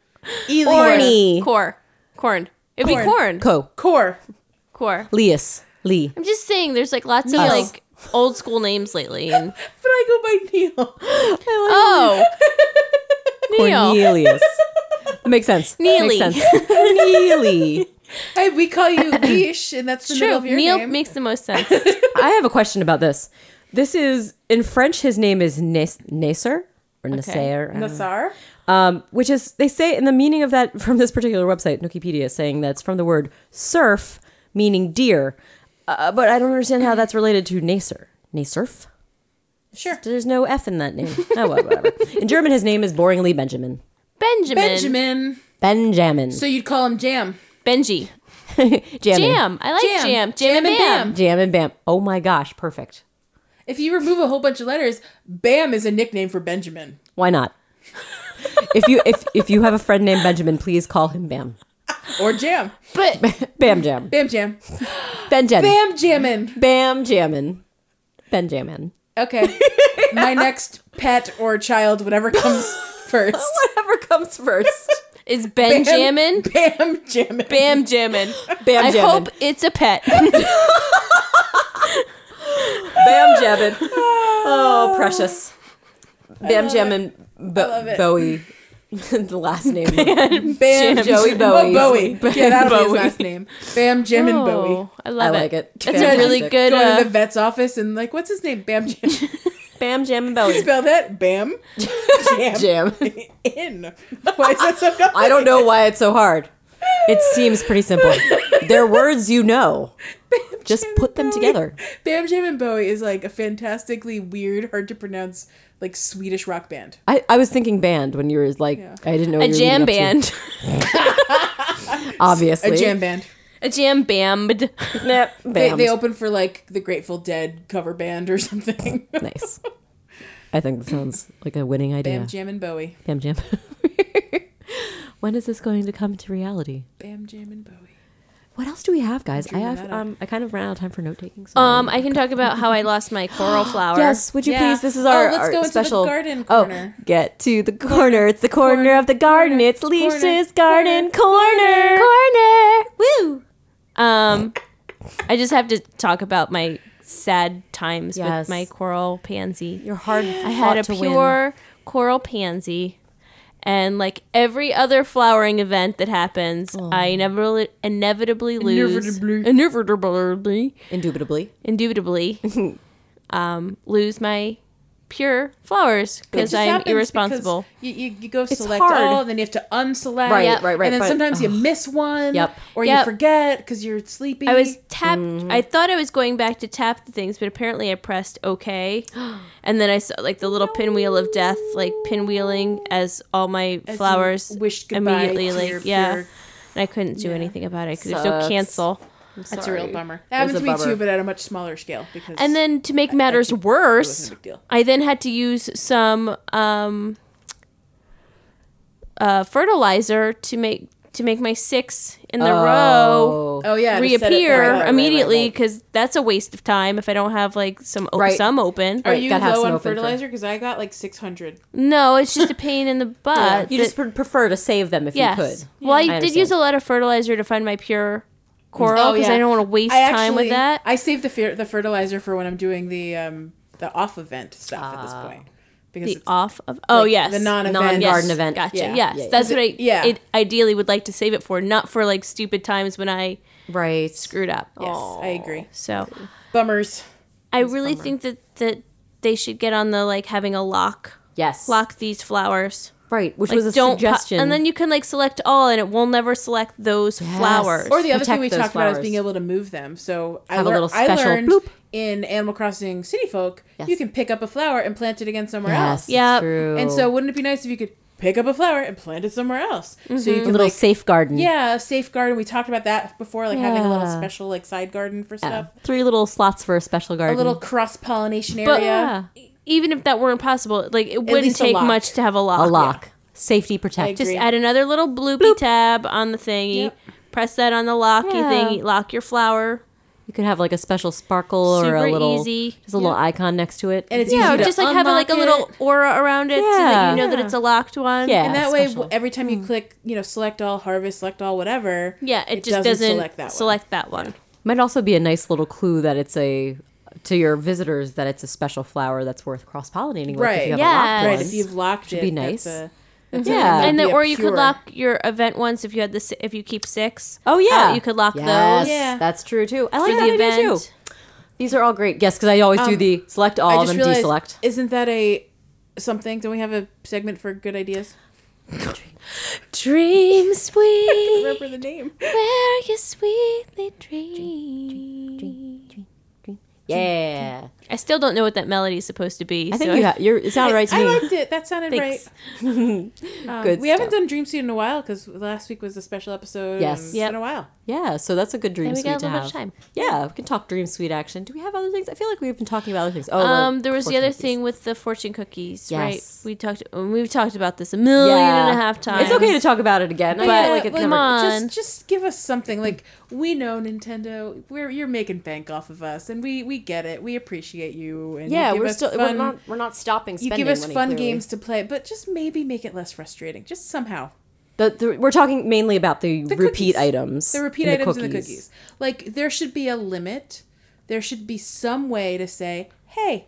S4: Elior.
S2: Corny.
S3: Cor, corn. It'd be
S4: Corn.
S3: corn.
S2: Co.
S4: Core.
S3: Cor.
S2: Leus. Lee.
S3: I'm just saying, there's like lots
S4: Neil.
S3: of like old school names lately. And
S4: But I go by Neil.
S3: oh, Neil,
S2: Cornelius. That makes sense.
S3: Neely.
S2: Makes sense. Neely.
S4: Hey, we call you Leash, and that's the middle
S3: true.
S4: of your
S3: Neil
S4: name.
S3: makes the most sense.
S2: I have a question about this. This is in French. His name is Nes- Nasser or Nasser, I don't know.
S4: Nassar.
S2: um, which is they say in the meaning of that from this particular website, Wikipedia, saying that's from the word surf, meaning deer. Uh, but I don't understand how that's related to Nasser. Nasurf.
S4: Sure.
S2: There's no F in that name. Oh, well, whatever. In German, his name is boringly Benjamin.
S3: Benjamin,
S4: Benjamin.
S2: Benjamin.
S4: So you'd call him Jam.
S3: Benji,
S2: Jamming.
S3: Jam. I like
S4: Jam.
S3: Jam, Jam,
S4: Jam
S3: and
S4: and
S3: Bam.
S4: Bam.
S2: Jam and bam. Oh my gosh, perfect.
S4: If you remove a whole bunch of letters, Bam is a nickname for Benjamin.
S2: Why not? if you if if you have a friend named Benjamin, please call him Bam.
S4: Or Jam.
S3: But
S2: Bam Jam.
S4: Bam Jam.
S2: Benjamin. Bam,
S4: Bam Jammin.
S2: Jammin. Benjamin.
S4: Okay. My next pet or child, whatever comes first.
S2: Whatever comes first.
S3: is Benjamin
S4: Bam Jammin.
S3: Bam Jammin?
S2: Bam
S3: I
S2: Jammin.
S3: hope it's a pet.
S2: Bam Jammin. Oh, precious.
S3: Uh.
S2: Bam Jammin. Bo- Bowie. the last name.
S4: Bam
S2: Joey
S4: Oh,
S2: Bowie.
S4: Bowie. Yeah, that'll be his
S3: Bowie.
S4: last name. Bam Jammin Bowie.
S3: Oh, I love
S2: I
S3: it.
S2: like it.
S3: That's a
S2: Fantastic.
S3: really good.
S4: Go
S3: Uh,
S4: to the vet's office and like, what's his name? Bam Jammin.
S2: Bam Jammin Bowie.
S4: Spell that. Bam. Jam.
S2: Jam.
S4: In. Why is that so complicated?
S2: I don't know why it's so hard. It seems pretty simple. They're words you know. Just put them together.
S4: Bam Jam and Bowie is like a fantastically weird, hard to pronounce, like Swedish rock band.
S2: I, I was thinking band when you were like I didn't know what
S3: a
S2: you were
S3: jam
S2: leading up to.
S3: band.
S2: obviously
S4: A jam band.
S3: a jam band.
S2: Nah,
S4: They,
S2: band.
S4: they open for like the Grateful Dead cover band or something.
S2: nice. I think that sounds like a winning idea.
S4: Bam Jam and Bowie.
S2: Bam jam. when is this going to come to reality?
S4: Bam Jam and Bowie.
S2: What else do we have, guys? I
S4: that
S2: have
S4: up.
S2: um I kind of ran out of time for note taking. So
S3: Um, I can talk about how I lost my coral flower.
S2: Yes, would you
S4: Yeah.
S2: please? This is
S4: Oh,
S2: our,
S4: let's
S2: our
S4: go into the
S2: special
S4: garden corner.
S2: Oh, get to the corner. It's the corner, of the garden. it's Leash's
S4: corner,
S2: garden corner.
S3: corner. Woo. Um, I just have to talk about my sad times
S2: Yes.
S3: with my coral pansy.
S2: Your hard.
S3: I had a pure coral pansy, and like every other flowering event that happens, I inevitably inevitably lose
S4: Oh. Inevitably.
S3: inevitably
S2: Indubitably.
S3: indubitably um, lose my pure flowers
S4: It
S3: because
S4: just
S3: I'm
S4: happens because
S3: irresponsible.
S4: You, you, you go select
S2: hard.
S4: all, and then you have to unselect.
S2: Right, Yep. right, right,
S4: And then
S2: but-
S4: sometimes you miss one.
S2: Yep.
S4: Or
S3: Yep.
S4: you forget because you're sleepy.
S3: I was tapped.
S4: Mm-hmm.
S3: I thought I was going back to tap the things, but apparently I pressed OK, and then I saw like the little pinwheel of death, like pinwheeling as all my
S4: As you
S3: flowers
S4: wished goodbye
S3: immediately,
S4: to
S3: like
S4: your
S3: yeah.
S4: pure-
S3: and I couldn't do anything about it because there's
S2: Sucks.
S3: no cancel.
S4: That's a real bummer. That
S2: was
S4: happens to
S2: a
S4: me
S2: bummer.
S4: too, but at a much smaller scale. Because
S3: And then to make matters
S4: it wasn't
S3: worse,
S4: a big deal.
S3: I then had to use some um, uh, fertilizer to make to make my six in the row
S4: Oh yeah, to set it-
S3: reappear
S4: right, right, right,
S3: immediately
S4: right, right.
S3: because that's a waste of time if I don't have like some op-
S2: Right.
S3: some open.
S4: Are
S2: Right,
S4: you
S2: gotta have
S4: low
S2: some
S4: on
S2: open for-
S4: fertilizer? Because I got like six hundred.
S3: No, it's just a pain in the butt.
S2: you
S3: that-
S2: just pre- prefer to save them if
S3: yes.
S2: you could.
S3: Well, I,
S2: I
S3: did
S2: understand.
S3: use a lot of fertilizer to find my pure coral because I don't want to waste
S4: Oh, I
S3: time
S4: actually-
S3: with that.
S4: I save the fer- the fertilizer for when I'm doing the um the off event stuff at this point because
S3: Ah. the
S4: it's,
S3: off of oh yes
S4: the non-event
S2: Non-garden
S3: Yes,
S2: event.
S3: Gotcha.
S4: Yeah.
S3: Yes,
S2: Yeah, yeah.
S3: that's what I
S4: yeah.
S3: it, ideally would like to save it for, not for like stupid times when I
S2: Right.
S3: screwed up.
S4: yes, I agree.
S3: So
S4: Bummers.
S3: I really think that that they should get on the like having a lock
S2: Yes.
S3: lock these flowers.
S2: Right, which
S3: Like
S2: was a
S3: don't pu-
S2: suggestion.
S3: and then you can like select all, and it will never select those flowers.
S4: Or the other
S2: protect
S4: thing we
S2: those
S4: talked about is
S2: flowers.
S4: being able to move them. So I,
S2: Have a
S4: lear-
S2: little
S4: I
S2: special
S4: learned
S2: bloop.
S4: in Animal Crossing City Folk,
S2: Yes.
S4: you can pick up a flower and plant it again somewhere
S2: yes,
S4: else.
S3: Yep.
S2: true.
S4: And so wouldn't it be nice if you could pick up a flower and plant it somewhere else? So you
S2: Mm-hmm. a
S4: can
S2: little
S4: like,
S2: safe garden.
S4: yeah, safe garden. We talked about that before, like having a little
S2: Yeah.
S4: special like side garden for
S2: Yeah.
S4: stuff.
S2: Three little slots for a special garden.
S4: A little cross pollination area.
S3: but even if that weren't possible, like it wouldn't
S4: least a
S3: take
S4: lock.
S3: much to have a
S2: a
S3: lock.
S2: lock. Safety protect.
S4: Like-
S3: Just
S4: Agree.
S3: add another little bloopy tab on the thingy.
S4: Yep.
S3: Press that on the locky
S2: Yeah.
S3: thingy. Lock your flower.
S2: you could have like a special sparkle or a
S3: Super
S2: little
S3: easy.
S2: just a little
S3: Yeah.
S2: icon next to it.
S4: And it's
S3: Yeah,
S4: easy
S3: or
S4: to
S3: just like having like a
S4: unlock
S3: little aura around it so that
S2: Yeah.
S3: you know that it's a locked one.
S2: Yeah.
S4: And that way,
S2: special. Hmm.
S4: w- every time you click, you know, select all, harvest, select all, whatever.
S3: Yeah, it, just doesn't, select that one.
S2: Might also be a nice little clue that it's a to your visitors that it's a special flower that's worth cross pollinating with. If
S4: Right.
S2: you have
S3: Yes.
S2: a
S4: Right,
S2: locked
S4: if
S2: one.
S4: you've locked it,
S2: Um, be nice.
S4: that's
S2: yeah.
S4: a-
S3: And
S4: That'd
S3: then,
S4: be a
S3: or you could
S4: pure-
S3: lock your event ones if you had this, if you keep six.
S2: oh yeah,
S3: Uh, you could lock
S2: Yes,
S3: those
S4: Yeah.
S2: That's true too. I
S3: for
S2: like
S3: the
S2: that idea too.
S3: event.
S2: These are all great. Yes, because I always do
S4: Um,
S2: the select
S4: I
S2: all and
S4: just
S2: then
S4: realized,
S2: deselect.
S4: isn't that a something? Don't we have a segment for good ideas?
S3: Dream sweet,
S4: Remember the name.
S3: where you sweetly dream.
S2: Yeah,
S3: I still don't know what that melody is supposed to be.
S2: I think
S3: so
S2: you have. You're, it sounded right to
S4: I
S2: me.
S4: liked it. That sounded
S3: Thanks.
S4: right. Um,
S2: Good
S4: we haven't done Dream Seed in a while because last week was a special episode.
S2: Yes.
S4: and It's
S3: Yep.
S4: been a while.
S2: yeah, so that's a good dream
S3: And we
S2: suite
S3: got a
S2: to
S3: little bit
S2: have.
S3: of time.
S2: Yeah, we can talk dream suite action. Do we have other things? I feel like we've been talking about other things. Oh, well,
S3: Um, there was the other
S2: fortune cookies.
S3: thing with the fortune cookies,
S2: Yes.
S3: right? We talked. We've talked about this a million and a half times.
S2: It's okay to talk about it again. I feel
S3: But,
S2: like
S3: like,
S2: it
S3: come
S2: covered-
S3: on.
S4: Just, just give us something. Like we know Nintendo, we're you're making bank off of us, and we we get it. We appreciate you. And you
S2: Yeah,
S4: give
S2: we're
S4: us
S2: still we're
S4: fun-
S2: not we're not stopping
S4: You
S2: spending.
S4: give us
S2: money,
S4: fun
S2: clearly.
S4: games to play, but just maybe make it less frustrating. Just somehow.
S2: The, the, we're talking mainly about the, repeat
S4: cookies.
S2: items.
S4: The repeat items and the cookies. Like there should be a limit. There should be some way to say, "Hey,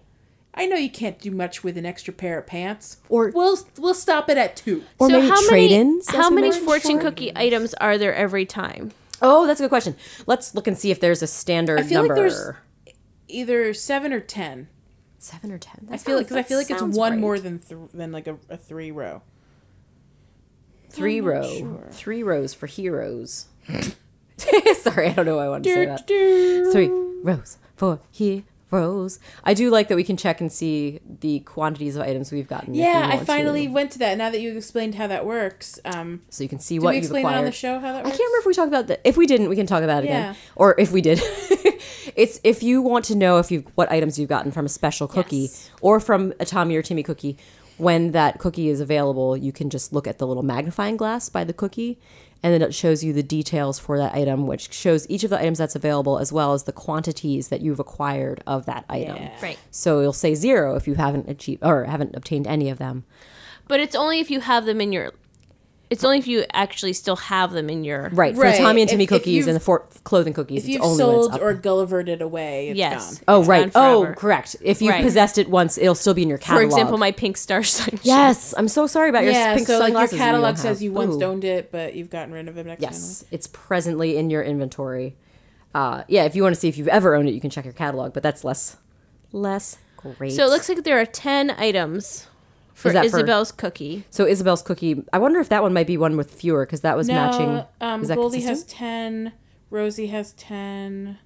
S4: I know you can't do much with an extra pair of pants,
S2: Or-
S4: we'll we'll stop it at two.
S2: Or maybe
S3: how many,
S2: trade-ins, as
S3: how
S2: we
S3: many
S2: mentioned.
S3: fortune cookie items are there every time?
S2: Oh, that's a good question. Let's look and see if there's a standard
S4: I feel like
S2: number.
S4: there's- Either seven or ten.
S2: Seven or ten.
S4: I feel like because I feel like it's one more than th- than like a, a three row.
S2: three
S4: not
S2: row.
S4: sure.
S2: Three rows for heroes. Sorry, I don't know why I wanted to say that.
S4: Do-do.
S2: Three rows for heroes. I do like that we can check and see the quantities of items we've gotten. if we
S4: Yeah, I
S2: want to.
S4: finally went to that. Now that you explained how that works, um,
S2: so you can see
S4: did
S2: what
S4: we
S2: you've
S4: explain
S2: acquired.
S4: that on the show how
S2: I
S4: that works?
S2: can't remember if we talked about that. If we didn't, we can talk about it
S4: Yeah.
S2: again. Or if we did, it's if you want to know if you what items you've gotten from a special cookie
S3: Yes.
S2: or from a Tommy or Timmy cookie. When that cookie is available, you can just look at the little magnifying glass by the cookie, and then it shows you the details for that item, which shows each of the items that's available as well as the quantities that you've acquired of that item.
S4: Yeah.
S3: Right.
S2: So you'll say zero if you haven't achieved or haven't obtained any of them.
S3: But it's only if you have them in your. It's only if you actually still have them in your.
S2: Right. For
S4: Right.
S2: the Tommy and
S4: If-
S2: Timmy
S4: if
S2: cookies
S4: you've-
S2: and the four clothing cookies,
S4: If
S2: it's
S4: you've
S2: only when it's
S4: sold
S2: up.
S4: or gullivered it away, it's
S3: Yes.
S4: gone.
S2: Oh
S3: It's
S2: right.
S3: gone
S2: Oh,
S3: forever.
S2: correct. If you
S3: Right.
S2: possessed it once, it'll still be in your
S3: For
S2: catalog.
S3: example, my pink star sunshine.
S2: yes, I'm so sorry about your
S4: yeah,
S2: pink
S4: so like your
S2: sunglasses you don't
S4: catalog
S2: have.
S4: says you once
S2: Ooh.
S4: owned it, but you've gotten rid of it accidentally.
S2: Yes, it's presently in your inventory. Uh, yeah, if you want to see if you've ever owned it, you can check your catalog, but that's less less great.
S3: So it looks like there are ten items for
S2: Is that for-
S3: Isabel's cookie.
S2: so Isabel's cookie. I wonder if that one might be one with fewer because that was
S4: No,
S2: matching.
S4: um,
S2: Is that
S4: Goldie
S2: consistent?
S4: has ten. Rosie has ten.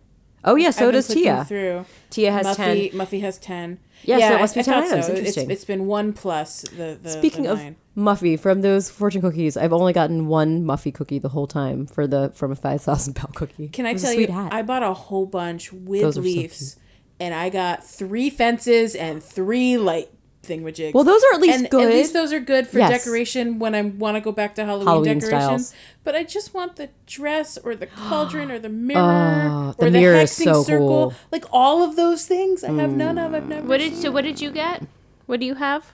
S2: Oh yeah, so
S4: I've been
S2: does
S4: flipping
S2: Tia.
S4: Through.
S2: Tia has
S4: Muffy,
S2: 10.
S4: Muffy has ten.
S2: Yeah, so it must
S4: I-
S2: be
S4: I
S2: 10
S4: thought
S2: items.
S4: It's-
S2: Interesting.
S4: it's been one plus the. the
S2: Speaking
S4: the
S2: of
S4: nine.
S2: Muffy, from those fortune cookies, I've only gotten one Muffy cookie the whole time for the from a five thousand pound cookie.
S4: Can I
S2: It was a
S4: tell you?
S2: sweet hat.
S4: I bought a whole bunch with
S2: Those are so
S4: leaves, and I got three fences and three light thingamajigs.
S2: Well, those are at least
S4: and
S2: good.
S4: At least those are good for
S2: Yes.
S4: decoration when I want to go back to Halloween,
S2: Halloween
S4: decorations.
S2: styles.
S4: But I just want the dress or the cauldron or the mirror
S2: Oh, the
S4: or the,
S2: mirror is
S4: hexing
S2: so
S4: circle.
S2: cool.
S4: Like all of those things, I have none of. I've never.
S3: What did so? What did you get? What do you have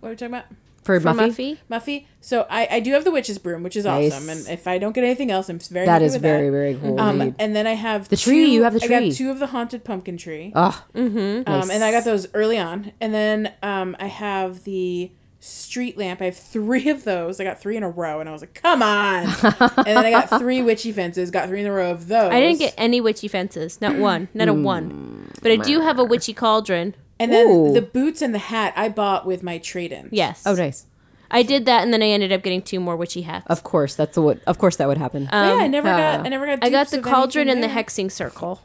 S4: What are we talking about?
S2: for,
S3: for
S2: Muffy.
S3: Muffy?
S4: Muffy. So I, I do have the witch's broom, which is
S2: Nice.
S4: awesome. And if I don't get anything else, I'm very
S2: That
S4: happy
S2: is
S4: with
S2: very
S4: that.
S2: very cool.
S4: Um,
S2: indeed.
S4: and then I have
S2: The tree,
S4: two-
S2: you have the
S4: I
S2: tree.
S4: got two of the haunted pumpkin tree.
S2: Ah,
S4: Um, and I got those early on. And then um, I have the street lamp. I have three of those. I got three in a row, and I was like, "Come on!" and then I got three witchy fences. Got three in a row of those.
S3: I didn't get any witchy fences. Not one. Not
S2: Hmm.
S3: a one. But I do have a witchy cauldron.
S4: And then
S2: Ooh.
S4: the boots and the hat I bought with my trade-in.
S3: Yes.
S2: oh nice.
S3: I did that, and then I ended up getting two more witchy hats.
S2: Of course, that's the what. Of course, that would happen.
S4: But yeah, I
S3: Um,
S4: never got. I never got.
S3: I got
S4: dupes
S3: the
S4: of anything
S3: cauldron and the
S4: there.
S3: hexing circle,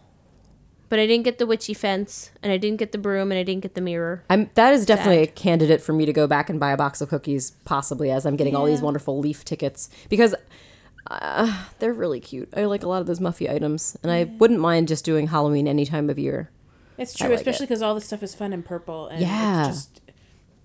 S3: but I didn't get the witchy fence, and I didn't get the broom, and I didn't get the mirror.
S2: I'm, that is definitely a candidate for me to go back and buy a box of cookies, possibly as I'm getting all these wonderful leaf tickets because uh, they're really cute. I like a lot of those Muffy items, and I wouldn't mind just doing Halloween any time of year.
S4: It's true,
S2: like
S4: especially because all this stuff is fun and purple, and
S2: Yeah.
S4: it's just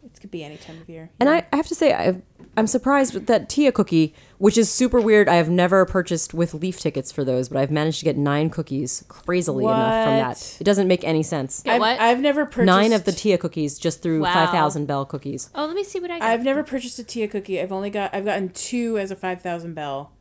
S4: it could be any time of year.
S2: And I, I have to say, I've, I'm surprised with that Tia cookie, which is super weird. I have never purchased with leaf tickets for those, but I've managed to get nine cookies crazily enough from that.
S4: What?
S2: It doesn't make any sense.
S3: Yeah,
S4: I've,
S3: what?
S4: I've never purchased
S2: Nine of the Tia cookies just through
S3: Wow.
S2: 5,000 Bell cookies.
S3: Oh, let me see what I got.
S4: I've never purchased a Tia cookie. I've only got I've gotten two as a five thousand bell,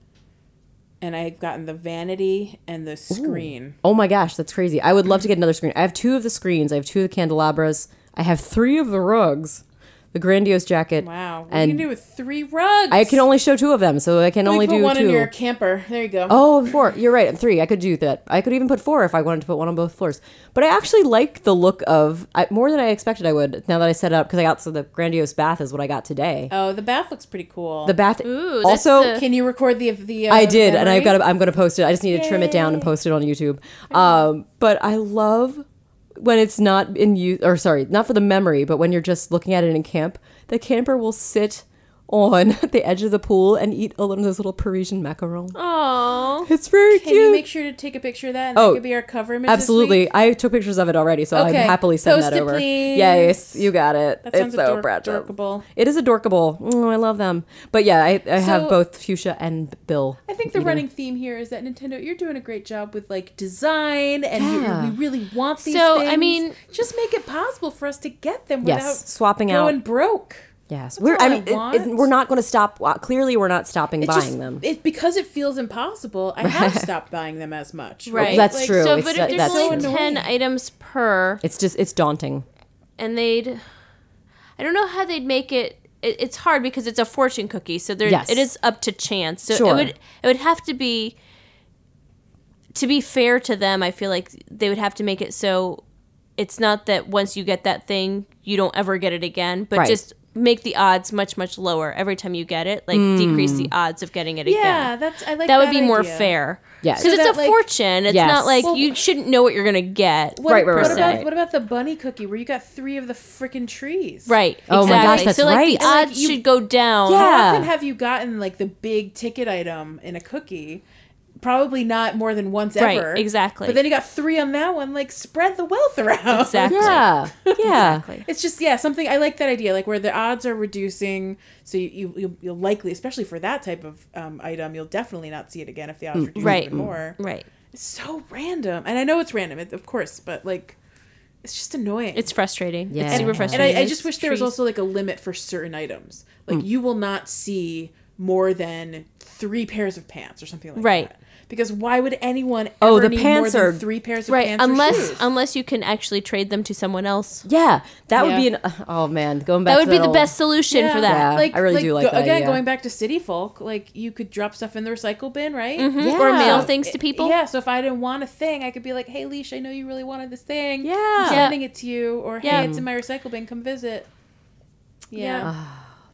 S4: and I've gotten the vanity and the screen.
S2: Oh my gosh, that's crazy. I would love to get another screen. I have two of the screens, I have two of the candelabras, I have three of the rugs, the grandiose jacket.
S4: Wow, what
S2: and
S4: can you do with three rugs?
S2: I can only show two of them, so I can
S4: You
S2: only
S4: put
S2: do
S4: one
S2: two.
S4: in your camper. There you go.
S2: Oh, and four. You're right. And three. I could do that. I could even put four if I wanted to put one on both floors. But I actually like the look of I, more than I expected. I would now that I set it up because I got so the grandiose bath is what I got today.
S4: Oh, the bath looks pretty cool. Oh,
S2: The bath.
S3: Ooh, that's
S2: also,
S3: the-
S4: can you record the the? Uh,
S2: I did, and I've got.
S4: memory?
S2: To, I'm going to post it. I just need to trim it down and post it on YouTube. Um, but I love when it's not in use, or sorry, not for the memory, but when you're just looking at it in camp. The camper will sit on the edge of the pool and eat a little those little Parisian macarons.
S3: Oh,
S2: It's very
S4: Can
S2: cute.
S4: you make sure to take a picture of that? And
S2: Oh,
S4: that could be our cover image. this
S2: Absolutely.
S4: week?
S2: I took pictures of it already, so I'd
S4: Okay.
S2: happily send
S4: Post
S2: that
S4: it,
S2: over.
S4: please.
S2: Yes, you got it.
S4: That sounds
S2: it's so
S4: ador-
S2: precious.
S4: adorkable.
S2: It is adorkable. Mm, I love them. But yeah, I, I have
S4: So-
S2: both Fuchsia and Bill.
S4: I think the running theme here is that Nintendo, you're doing a great job with like design, and you-
S2: Yeah.
S4: we really want these.
S3: So, I
S4: things.
S3: mean-
S4: just make it possible for us to get them
S2: Yes,
S4: without
S2: swapping out.
S4: going broke.
S2: Yes, we're.
S4: all
S2: I
S4: I
S2: mean, it- it-
S4: want.
S2: we're not going to stop. wa- Clearly, we're not stopping
S4: It
S2: buying
S4: just-
S2: them.
S4: It, because it feels impossible. I have stopped buying them as much.
S3: right.
S2: that's true.
S3: So,
S2: It's
S3: but
S2: that-
S3: if there's
S2: that's
S3: only
S4: true.
S3: ten items per,
S2: It's just it's daunting.
S3: and they'd, I don't know how they'd make it. it it's hard because it's a fortune cookie, so there
S2: Yes.
S3: it is up to chance. So
S2: Sure.
S3: it would it would have to be. To be fair to them, I feel like they would have to make it so it's not that once you get that thing, you don't ever get it again, but
S2: Right.
S3: just make the odds much much lower every time you get it. Like decrease
S2: Hmm.
S3: the odds of getting it
S4: Yeah,
S3: again.
S4: that's I like
S3: that would be
S4: idea.
S3: more fair.
S2: Yeah.
S3: because
S2: So
S3: it's
S4: that,
S3: a
S4: like-
S3: fortune. It's
S2: Yes.
S3: not like
S4: Well-
S3: you shouldn't know what you're gonna get.
S4: What,
S2: Right, right,
S4: what
S2: right,
S4: about
S2: right.
S4: what about the bunny cookie where you got three of the freaking trees?
S3: Right.
S2: Oh my gosh,
S3: exactly.
S2: that's
S3: so like
S2: right.
S3: the
S2: And,
S4: like,
S3: odds
S4: you-
S3: should go down.
S4: How
S2: Yeah.
S4: often have you gotten like the big ticket item in a cookie? Probably not more than once
S3: Right,
S4: ever.
S3: exactly.
S4: But then you got three on that one. Like spread the wealth around.
S3: Exactly.
S2: Yeah, yeah.
S4: It's just yeah, something I like that idea, like where the odds are reducing, so you you you'll, you'll likely, especially for that type of um, item, you'll definitely not see it again if the odds reduce
S3: Mm, right.
S4: even more.
S3: Right.
S4: It's so random, and I know it's random, it, of course, but like, it's just annoying.
S3: It's frustrating.
S2: Yeah.
S3: It's super
S2: And-
S4: and
S3: frustrating.
S4: I, I just wish there was
S3: Trees. Mm.
S4: also like a limit for certain items. Like you will not see more than three pairs of pants or something like
S3: Right.
S4: that. Because why would anyone ever
S2: Oh, the
S4: need
S2: pants
S4: more
S2: are-
S4: than three pairs of
S3: right
S4: pants? or
S3: unless
S4: shoes?
S3: unless you can actually trade them to someone else.
S2: Yeah, that would
S4: Yeah.
S2: be an. Oh man, going back.
S3: That would
S2: to
S3: be the
S2: old-
S3: best solution for that.
S2: Yeah. I really do like that
S4: again
S2: idea.
S4: going back to city folk like you could drop stuff in the recycle bin right
S2: Yeah.
S3: Or mail things to people.
S4: Mm-hmm. yeah so if i didn't want a thing i could be like hey leash i know you really wanted this thing
S2: Yeah.
S4: i'm
S2: Yeah.
S4: sending it to you or hey
S3: Yeah.
S4: it's in my recycle bin come visit yeah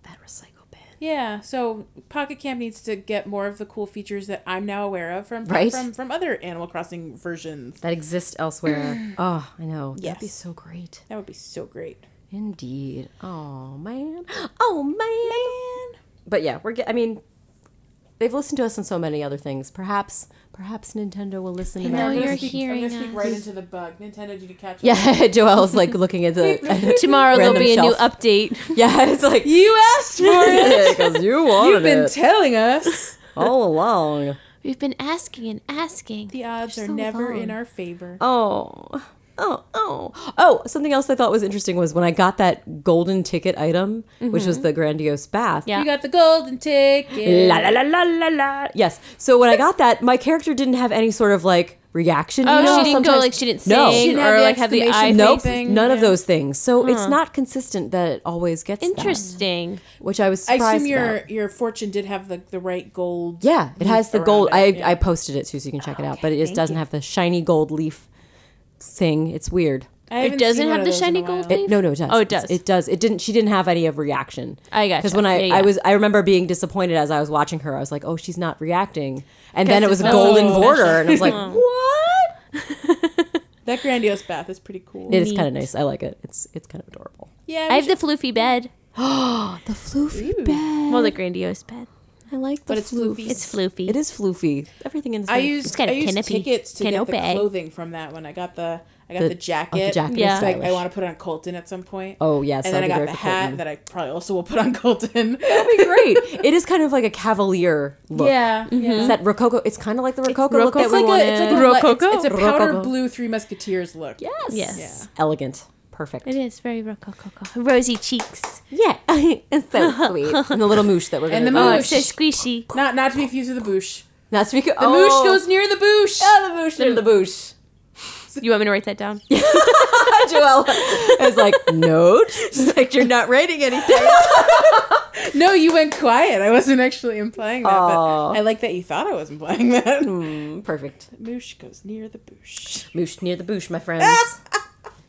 S2: That recycle bin.
S4: yeah so pocket camp needs to get more of the cool features that i'm now aware of from
S2: Right.
S4: from from other animal crossing versions
S2: that exists elsewhere. oh, I know. That'd be
S4: Yes.
S2: so great.
S4: that would be so great
S2: Indeed. Oh man. Oh man. But yeah, we're. Get, I mean, they've listened to us on so many other things. Perhaps perhaps Nintendo will listen to
S3: know
S2: America.
S3: you're
S4: I'm gonna speak, I'm
S3: hearing
S4: gonna speak right
S3: us.
S4: into the bug. Nintendo, did you catch it?
S2: Yeah, Joelle's like looking at the at the
S3: Tomorrow there'll
S2: random
S3: be a new
S2: shelf.
S3: update.
S2: Yeah, it's like you asked for it because you wanted
S4: You've been
S2: it
S4: telling us.
S2: all along.
S3: We've been asking and asking.
S4: The odds
S3: They're
S4: are
S3: so
S4: never
S3: long.
S4: in our favor.
S2: Oh. Oh, oh. Oh, something else I thought was interesting was when I got that golden ticket item, which
S4: Mm-hmm.
S2: was the grandiose bath.
S3: Yeah.
S4: You got the golden ticket.
S2: La la la la la la. Yes. So when I got that, my character didn't have any sort of like reaction.
S3: Oh,
S2: You know
S3: she
S2: how
S3: didn't go
S2: sometimes-
S3: like she didn't sing
S2: No. She
S4: didn't have
S3: or
S4: the
S3: like have the eye
S4: exclamation
S2: Nope,
S3: face.
S4: thing,
S2: none of
S4: yeah.
S2: those things. So it's not consistent that it always gets that,
S3: Interesting.
S2: which I was
S4: I
S2: surprised
S4: assume your
S2: about.
S4: your fortune did have the, the right gold.
S2: Yeah, it has the
S4: around
S2: gold.
S4: it,
S2: I
S4: yeah.
S2: I posted it too, so you can check it out. But it just
S4: thank
S2: doesn't
S4: you.
S2: have the shiny gold leaf thing. It's weird.
S4: I
S3: It
S4: haven't
S3: doesn't
S4: seen one
S3: have
S4: of
S3: the
S4: those in a
S3: shiny
S4: while.
S3: gold-
S2: It, no, no, it does.
S3: Oh, it
S2: It's-
S3: does.
S2: It does. It didn't. She didn't have any of reaction.
S3: I gotcha.
S2: Because when I,
S3: Yeah, yeah.
S2: I was, I remember being disappointed as I was watching her. I was like, oh, she's not reacting. And then it
S4: 'Cause
S2: was a
S4: it's
S2: golden
S4: not
S2: border,
S4: special.
S2: and I was like, what?
S4: That grandiose bath is pretty cool.
S2: It is kind of nice. I like it. It's it's kind of adorable.
S4: yeah,
S3: I have the floofy bed.
S2: The floofy
S4: Ooh.
S2: bed.
S3: Well, the grandiose bed.
S2: I like the
S4: But it's
S2: floof.
S4: floofy.
S3: It's floofy.
S2: It is floofy. Everything in this.
S4: I
S2: thing-
S4: used
S3: got a
S4: I used
S3: canopy.
S4: tickets to get
S3: Canopy.
S4: the clothing from that one. I got the I got
S2: The-
S4: the,
S2: oh,
S4: jacket.
S2: the jacket.
S3: Yeah.
S2: Is
S4: Like,
S2: stylish.
S4: I want to put on Colton at some point.
S2: Oh, yes,
S4: and then I
S2: that'd be
S4: got
S2: great
S4: the
S2: for
S4: hat
S2: Colton.
S4: that I probably also will put on Colton.
S2: That'd be great. it is kind of like a cavalier look.
S4: yeah, yeah.
S3: Mm-hmm.
S2: It's that rococo. It's kind of like the rococo look that
S4: It's
S2: we
S4: like, a, it's like a
S2: wanted.
S4: le- it's-
S3: Rococo?
S4: It's, a powder
S2: Rococo.
S4: blue Three Musketeers look. Yeah,
S2: yes.
S3: Yes.
S2: Elegant. Perfect.
S3: It is very rococo. Rosy cheeks.
S2: Yeah, it's so sweet. And the little moosh that we're
S4: And
S2: gonna
S4: the
S3: Oh,
S2: oh,
S3: it's so
S4: Moosh.
S3: squishy.
S4: not not to be confused with the boosh.
S2: not to be co-
S4: The moosh goes near the boosh.
S2: oh, the moosh and the boosh.
S3: You want me to write that down?
S2: Joella is like note. She's like you're not writing anything.
S4: No, you went quiet. I wasn't actually implying
S2: Aw.
S4: that,
S2: Hmm.
S4: but I like that you thought I was implying that.
S2: Perfect.
S4: Moosh goes near the boosh.
S2: Moosh near the boosh, my friends.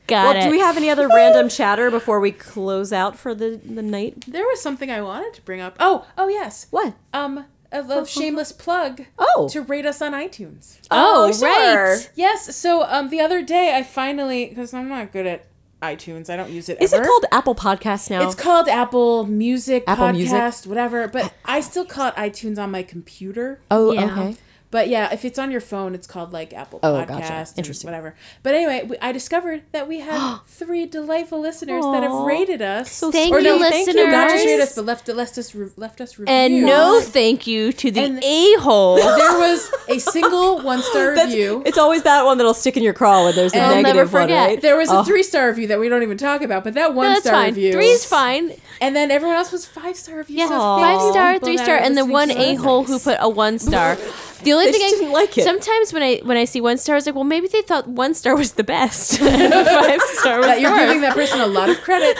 S3: Got
S2: well,
S3: it.
S2: do we have any other random chatter before we close out for the the night?
S4: There was something I wanted to bring up. Oh, oh yes.
S2: What?
S4: Um, a, a shameless plug.
S2: Oh.
S4: to rate us on iTunes.
S3: oh,
S2: sure.
S3: right.
S4: Yes. So um, the other day I finally because I'm not good at iTunes. I don't use it.
S2: Is it
S4: ever.
S2: called Apple Podcasts now?
S4: It's called Apple Music
S2: Apple
S4: Podcast,
S2: Music?
S4: whatever. But I still call it iTunes on my computer.
S2: oh,
S3: Yeah.
S2: okay.
S4: But yeah, if it's on your phone, it's called like Apple
S2: Oh,
S4: Podcast,
S2: gotcha.
S4: and
S2: Interesting.
S4: whatever. But anyway, we, I discovered that we have three delightful listeners
S2: Aw.
S4: that have rated us. So
S3: Thank
S2: Or
S3: you,
S2: no, thank
S3: listeners.
S2: you,
S4: not
S2: guys.
S4: just rated us, but left left us re- left us reviews.
S3: and no thank you to the
S4: And-
S3: a hole.
S4: there was a single one star
S2: That's-
S4: review.
S2: It's always that one that'll stick in your craw when there's a
S3: I'll never
S2: negative one,
S3: forget.
S2: right?
S4: There was a three star review that we don't even talk about, but that one
S3: Oh. That's
S4: star
S3: fine.
S4: review.
S3: Three's fine.
S4: And then everyone else was five star reviews.
S3: Yeah,
S4: So
S3: five
S4: thank you
S3: star,
S4: people
S3: three
S4: that
S3: star,
S4: are
S3: and the
S4: listening
S3: one
S4: to us.
S3: a hole who put a one star. The only
S2: They
S3: thing
S2: just
S3: I
S2: didn't like it.
S3: Sometimes when I when I see one star, I was like, well, maybe they thought one star was the best. five star was
S4: That
S3: the
S4: you're giving that
S3: worst.
S4: person a lot of credit.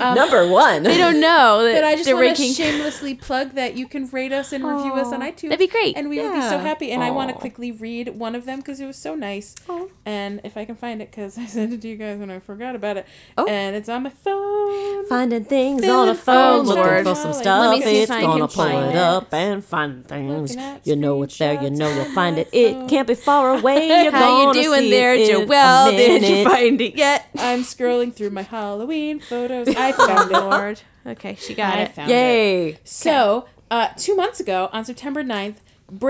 S2: Number one.
S3: They don't know that
S4: But I just
S3: they're
S4: want to
S3: ranking.
S4: shamelessly plug that you can rate us and review us on iTunes.
S3: That'd be great.
S4: And we would be so
S2: Yeah.
S4: happy. And I want to
S2: Aw.
S4: quickly read one of them because it was so nice.
S2: Aw.
S4: And if I can find it, because I sent it to you guys and I forgot about it.
S2: Oh.
S4: And it's on my phone.
S2: Finding things on a phone,
S3: Oh,
S2: looking
S3: Lord.
S2: for some
S4: Let
S2: stuff.
S4: me
S3: see
S2: It's
S3: if I can
S2: gonna pull
S3: find
S2: it
S3: it.
S2: up and find things.
S4: Looking at
S2: You know it's there. You
S4: screenshots
S2: know you'll
S4: on
S2: find
S4: my
S2: it. It
S4: phone.
S2: can't be far away. You're
S3: How you
S2: gonna
S3: doing
S2: see
S3: there,
S2: it in a
S3: Joelle? Did you
S2: minute.
S3: find it yet?
S4: I'm scrolling through my Halloween photos. I found it.
S3: Lord. Okay, she got
S4: I
S3: it.
S4: found it.
S2: Yay!
S4: So, uh, two months ago, on September 9th,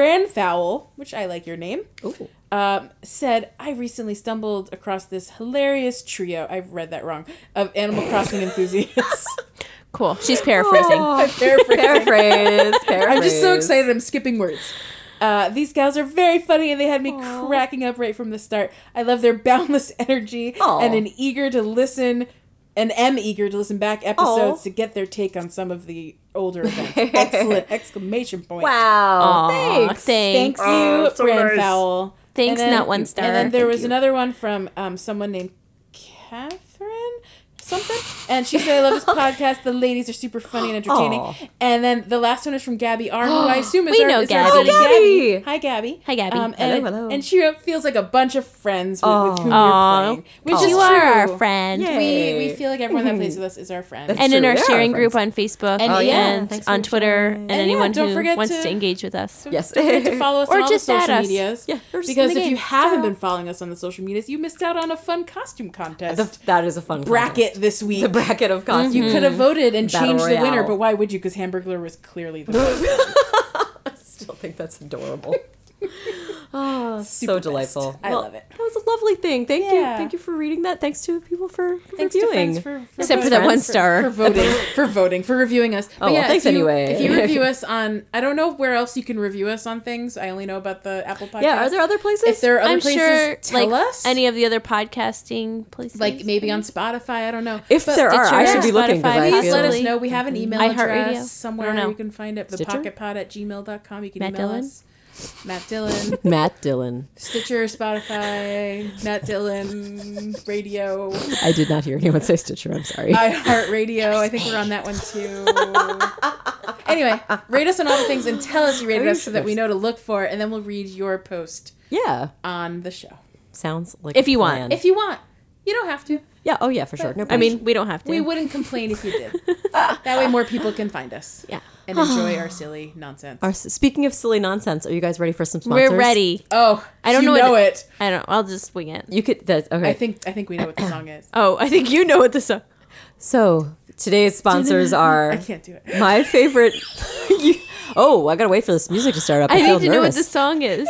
S4: Branfowl, which I like your name,
S2: Ooh.
S4: um, said, I recently stumbled across this hilarious trio, I've read that wrong, of Animal Crossing enthusiasts.
S3: Cool. She's paraphrasing.
S2: Aw.
S4: I'm paraphrasing.
S2: Paraphrase. Paraphrase.
S4: I'm just so excited, I'm skipping words. Uh, these gals are very funny and they had me cracking up right from the start. I love their boundless energy
S2: Aw.
S4: and an eager to listen and am eager to listen back episodes
S2: Aw.
S4: to get their take on some of the older events. Excellent exclamation point.
S2: Wow.
S3: Aw,
S2: thanks.
S4: Thank
S3: Thanks.
S4: you, Branfowl. And
S3: Thanks,
S4: then-
S3: not one star.
S4: And then there
S3: Thank
S4: was
S3: you.
S4: another one from um, someone named Catherine something, and she said, "I love this podcast. The ladies are super funny and entertaining."
S2: Aw.
S4: And then the last one is from Gabby R, who I assume is
S3: We
S4: our,
S3: know
S4: is our
S3: Gabby.
S2: Oh,
S4: buddy
S2: Gabby.
S4: Hi, Gabby.
S3: Hi, Gabby.
S4: Um,
S2: Hello,
S4: and,
S2: hello.
S4: and she wrote- feels like a bunch of friends with, with
S2: Aw.
S4: whom
S3: Aw.
S4: you're playing, which is
S3: you
S4: true.
S3: are our friend.
S2: Yay.
S4: We we feel like everyone that plays with us is our friend.
S2: That's
S3: and in
S2: true.
S3: our
S2: They are
S3: sharing
S2: our
S3: group on Facebook and,
S4: Oh, yeah.
S2: Thanks for
S3: on Twitter
S2: sharing.
S3: and,
S4: And yeah,
S3: anyone
S4: don't
S3: who
S4: forget
S3: wants to,
S4: to-
S3: engage with us.
S2: Yes.
S4: Don't forget to follow us
S3: Or
S4: on all
S3: just
S4: the
S3: at
S4: social
S3: us.
S4: medias.
S2: Yeah, or just in
S4: because
S2: the
S4: if you
S2: game.
S4: haven't
S2: Ciao.
S4: been following us on the social medias, you missed out on a fun costume contest
S2: The- that is a fun Mm-hmm.
S4: bracket
S2: contest. Hmm.
S4: this week.
S2: The bracket of costumes.
S4: You could have voted and
S2: Battle
S4: changed the winner,
S2: Royale.
S4: but why would you? Because Hamburglar was clearly the winner.
S2: still think that's adorable. Oh, so
S4: best.
S2: delightful.
S4: I love it.
S2: That was a lovely thing. Thank you.
S4: Yeah.
S2: Thank you for reading that. Thanks to people for for
S4: Thanks to
S2: reviewing.
S4: friends for, for
S3: Except for
S4: voting.
S3: that one star.
S4: for voting for voting for reviewing us. But
S2: Oh, well, thanks
S4: if you,
S2: anyway.
S4: If you review us on, I don't know where else you can review us on things. I only know about the Apple Podcast.
S2: yeah, are there other places?
S4: If there are other
S3: I'm
S4: places,
S3: sure,
S4: tell
S3: like
S4: us.
S3: any of the other podcasting places,
S4: like maybe on Spotify. I don't know.
S2: If
S4: But
S2: there are,
S3: Stitcher,
S2: I should be looking because
S3: Spotify,
S2: I
S4: please
S2: feel
S4: let us
S3: Possibly.
S4: know. We have an email
S3: iHeartRadio. I
S4: address
S3: don't
S4: somewhere
S3: know.
S4: you can find it.
S2: Stitcher?
S4: Thepocketpod at gmail.com. You can
S3: Matt
S4: email
S3: Dillon?
S4: us. Matt Dillon,
S2: Matt Dillon.
S4: Stitcher, Spotify, Matt Dillon, Radio,
S2: I did not hear anyone say Stitcher. I'm sorry.
S4: iHeartRadio. I think we're on that one too. anyway, rate us on all the things and tell us you rated
S2: you
S4: us so that we
S2: sure?
S4: know to look for it, and then we'll read your post
S2: yeah,
S4: on the show.
S2: sounds like
S3: If
S2: a
S3: you want.
S2: plan.
S4: If you want. You don't have to.
S2: yeah, oh yeah, for sure. No
S3: I
S2: problem.
S3: mean, we don't have to.
S4: We wouldn't complain if you did. that way more people can find us
S3: yeah,
S4: and enjoy our silly nonsense.
S2: Our- speaking of silly nonsense, are you guys ready for some sponsors?
S3: we're ready.
S4: Oh, I
S3: don't
S4: you
S3: know what
S4: know
S3: the-
S4: it.
S3: I don't. I'll just wing it.
S2: You could. That's, okay.
S4: I think I think we know what the song is.
S3: Oh, I think you know what this. Are.
S2: so. Today's sponsors
S4: I
S2: are
S4: can't do it.
S2: my favorite. You- oh, I gotta wait for this music to start up. I,
S3: I need
S2: feel
S3: to know what
S2: nervous.
S3: the song is.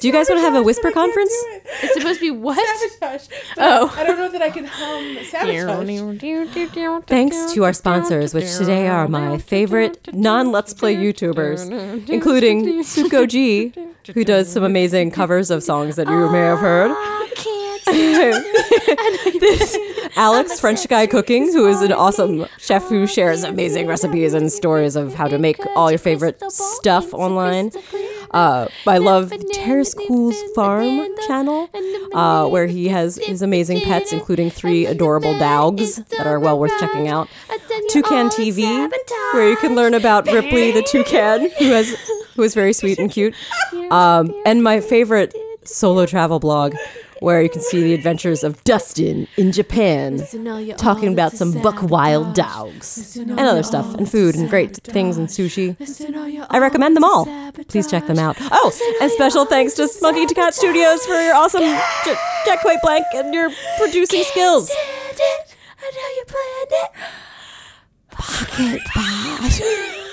S2: Do you guys wanna have a whisper conference?
S3: It's supposed to be what?
S4: Sabotage. But
S3: Oh.
S4: I don't know that I can hum sabotage.
S2: Thanks to our sponsors, which today are my favorite non Let's Play YouTubers, including Suko G, who does some amazing covers of songs that you may have
S3: Oh,
S2: heard. this Alex French Guy Cooking, who is an awesome chef who shares amazing recipes and stories of how to make all your favorite stuff online. Uh, I love Terrace Cool's Farm channel, uh, where he has his amazing pets, including three adorable dogs that are well worth checking out. Toucan TV, where you can learn about Ripley the toucan, who has who is very sweet and cute. Um, and my favorite solo travel blog, where you can see the adventures of Dustin in Japan, talking about some buck wild dogs and other stuff and food and great things and sushi. I recommend them all. Please check them out. Oh, and special thanks to Smokey to Cat Studios for your awesome j- checkmate blank and your producing skills.
S1: I know you planned it.
S2: Pocket Pod.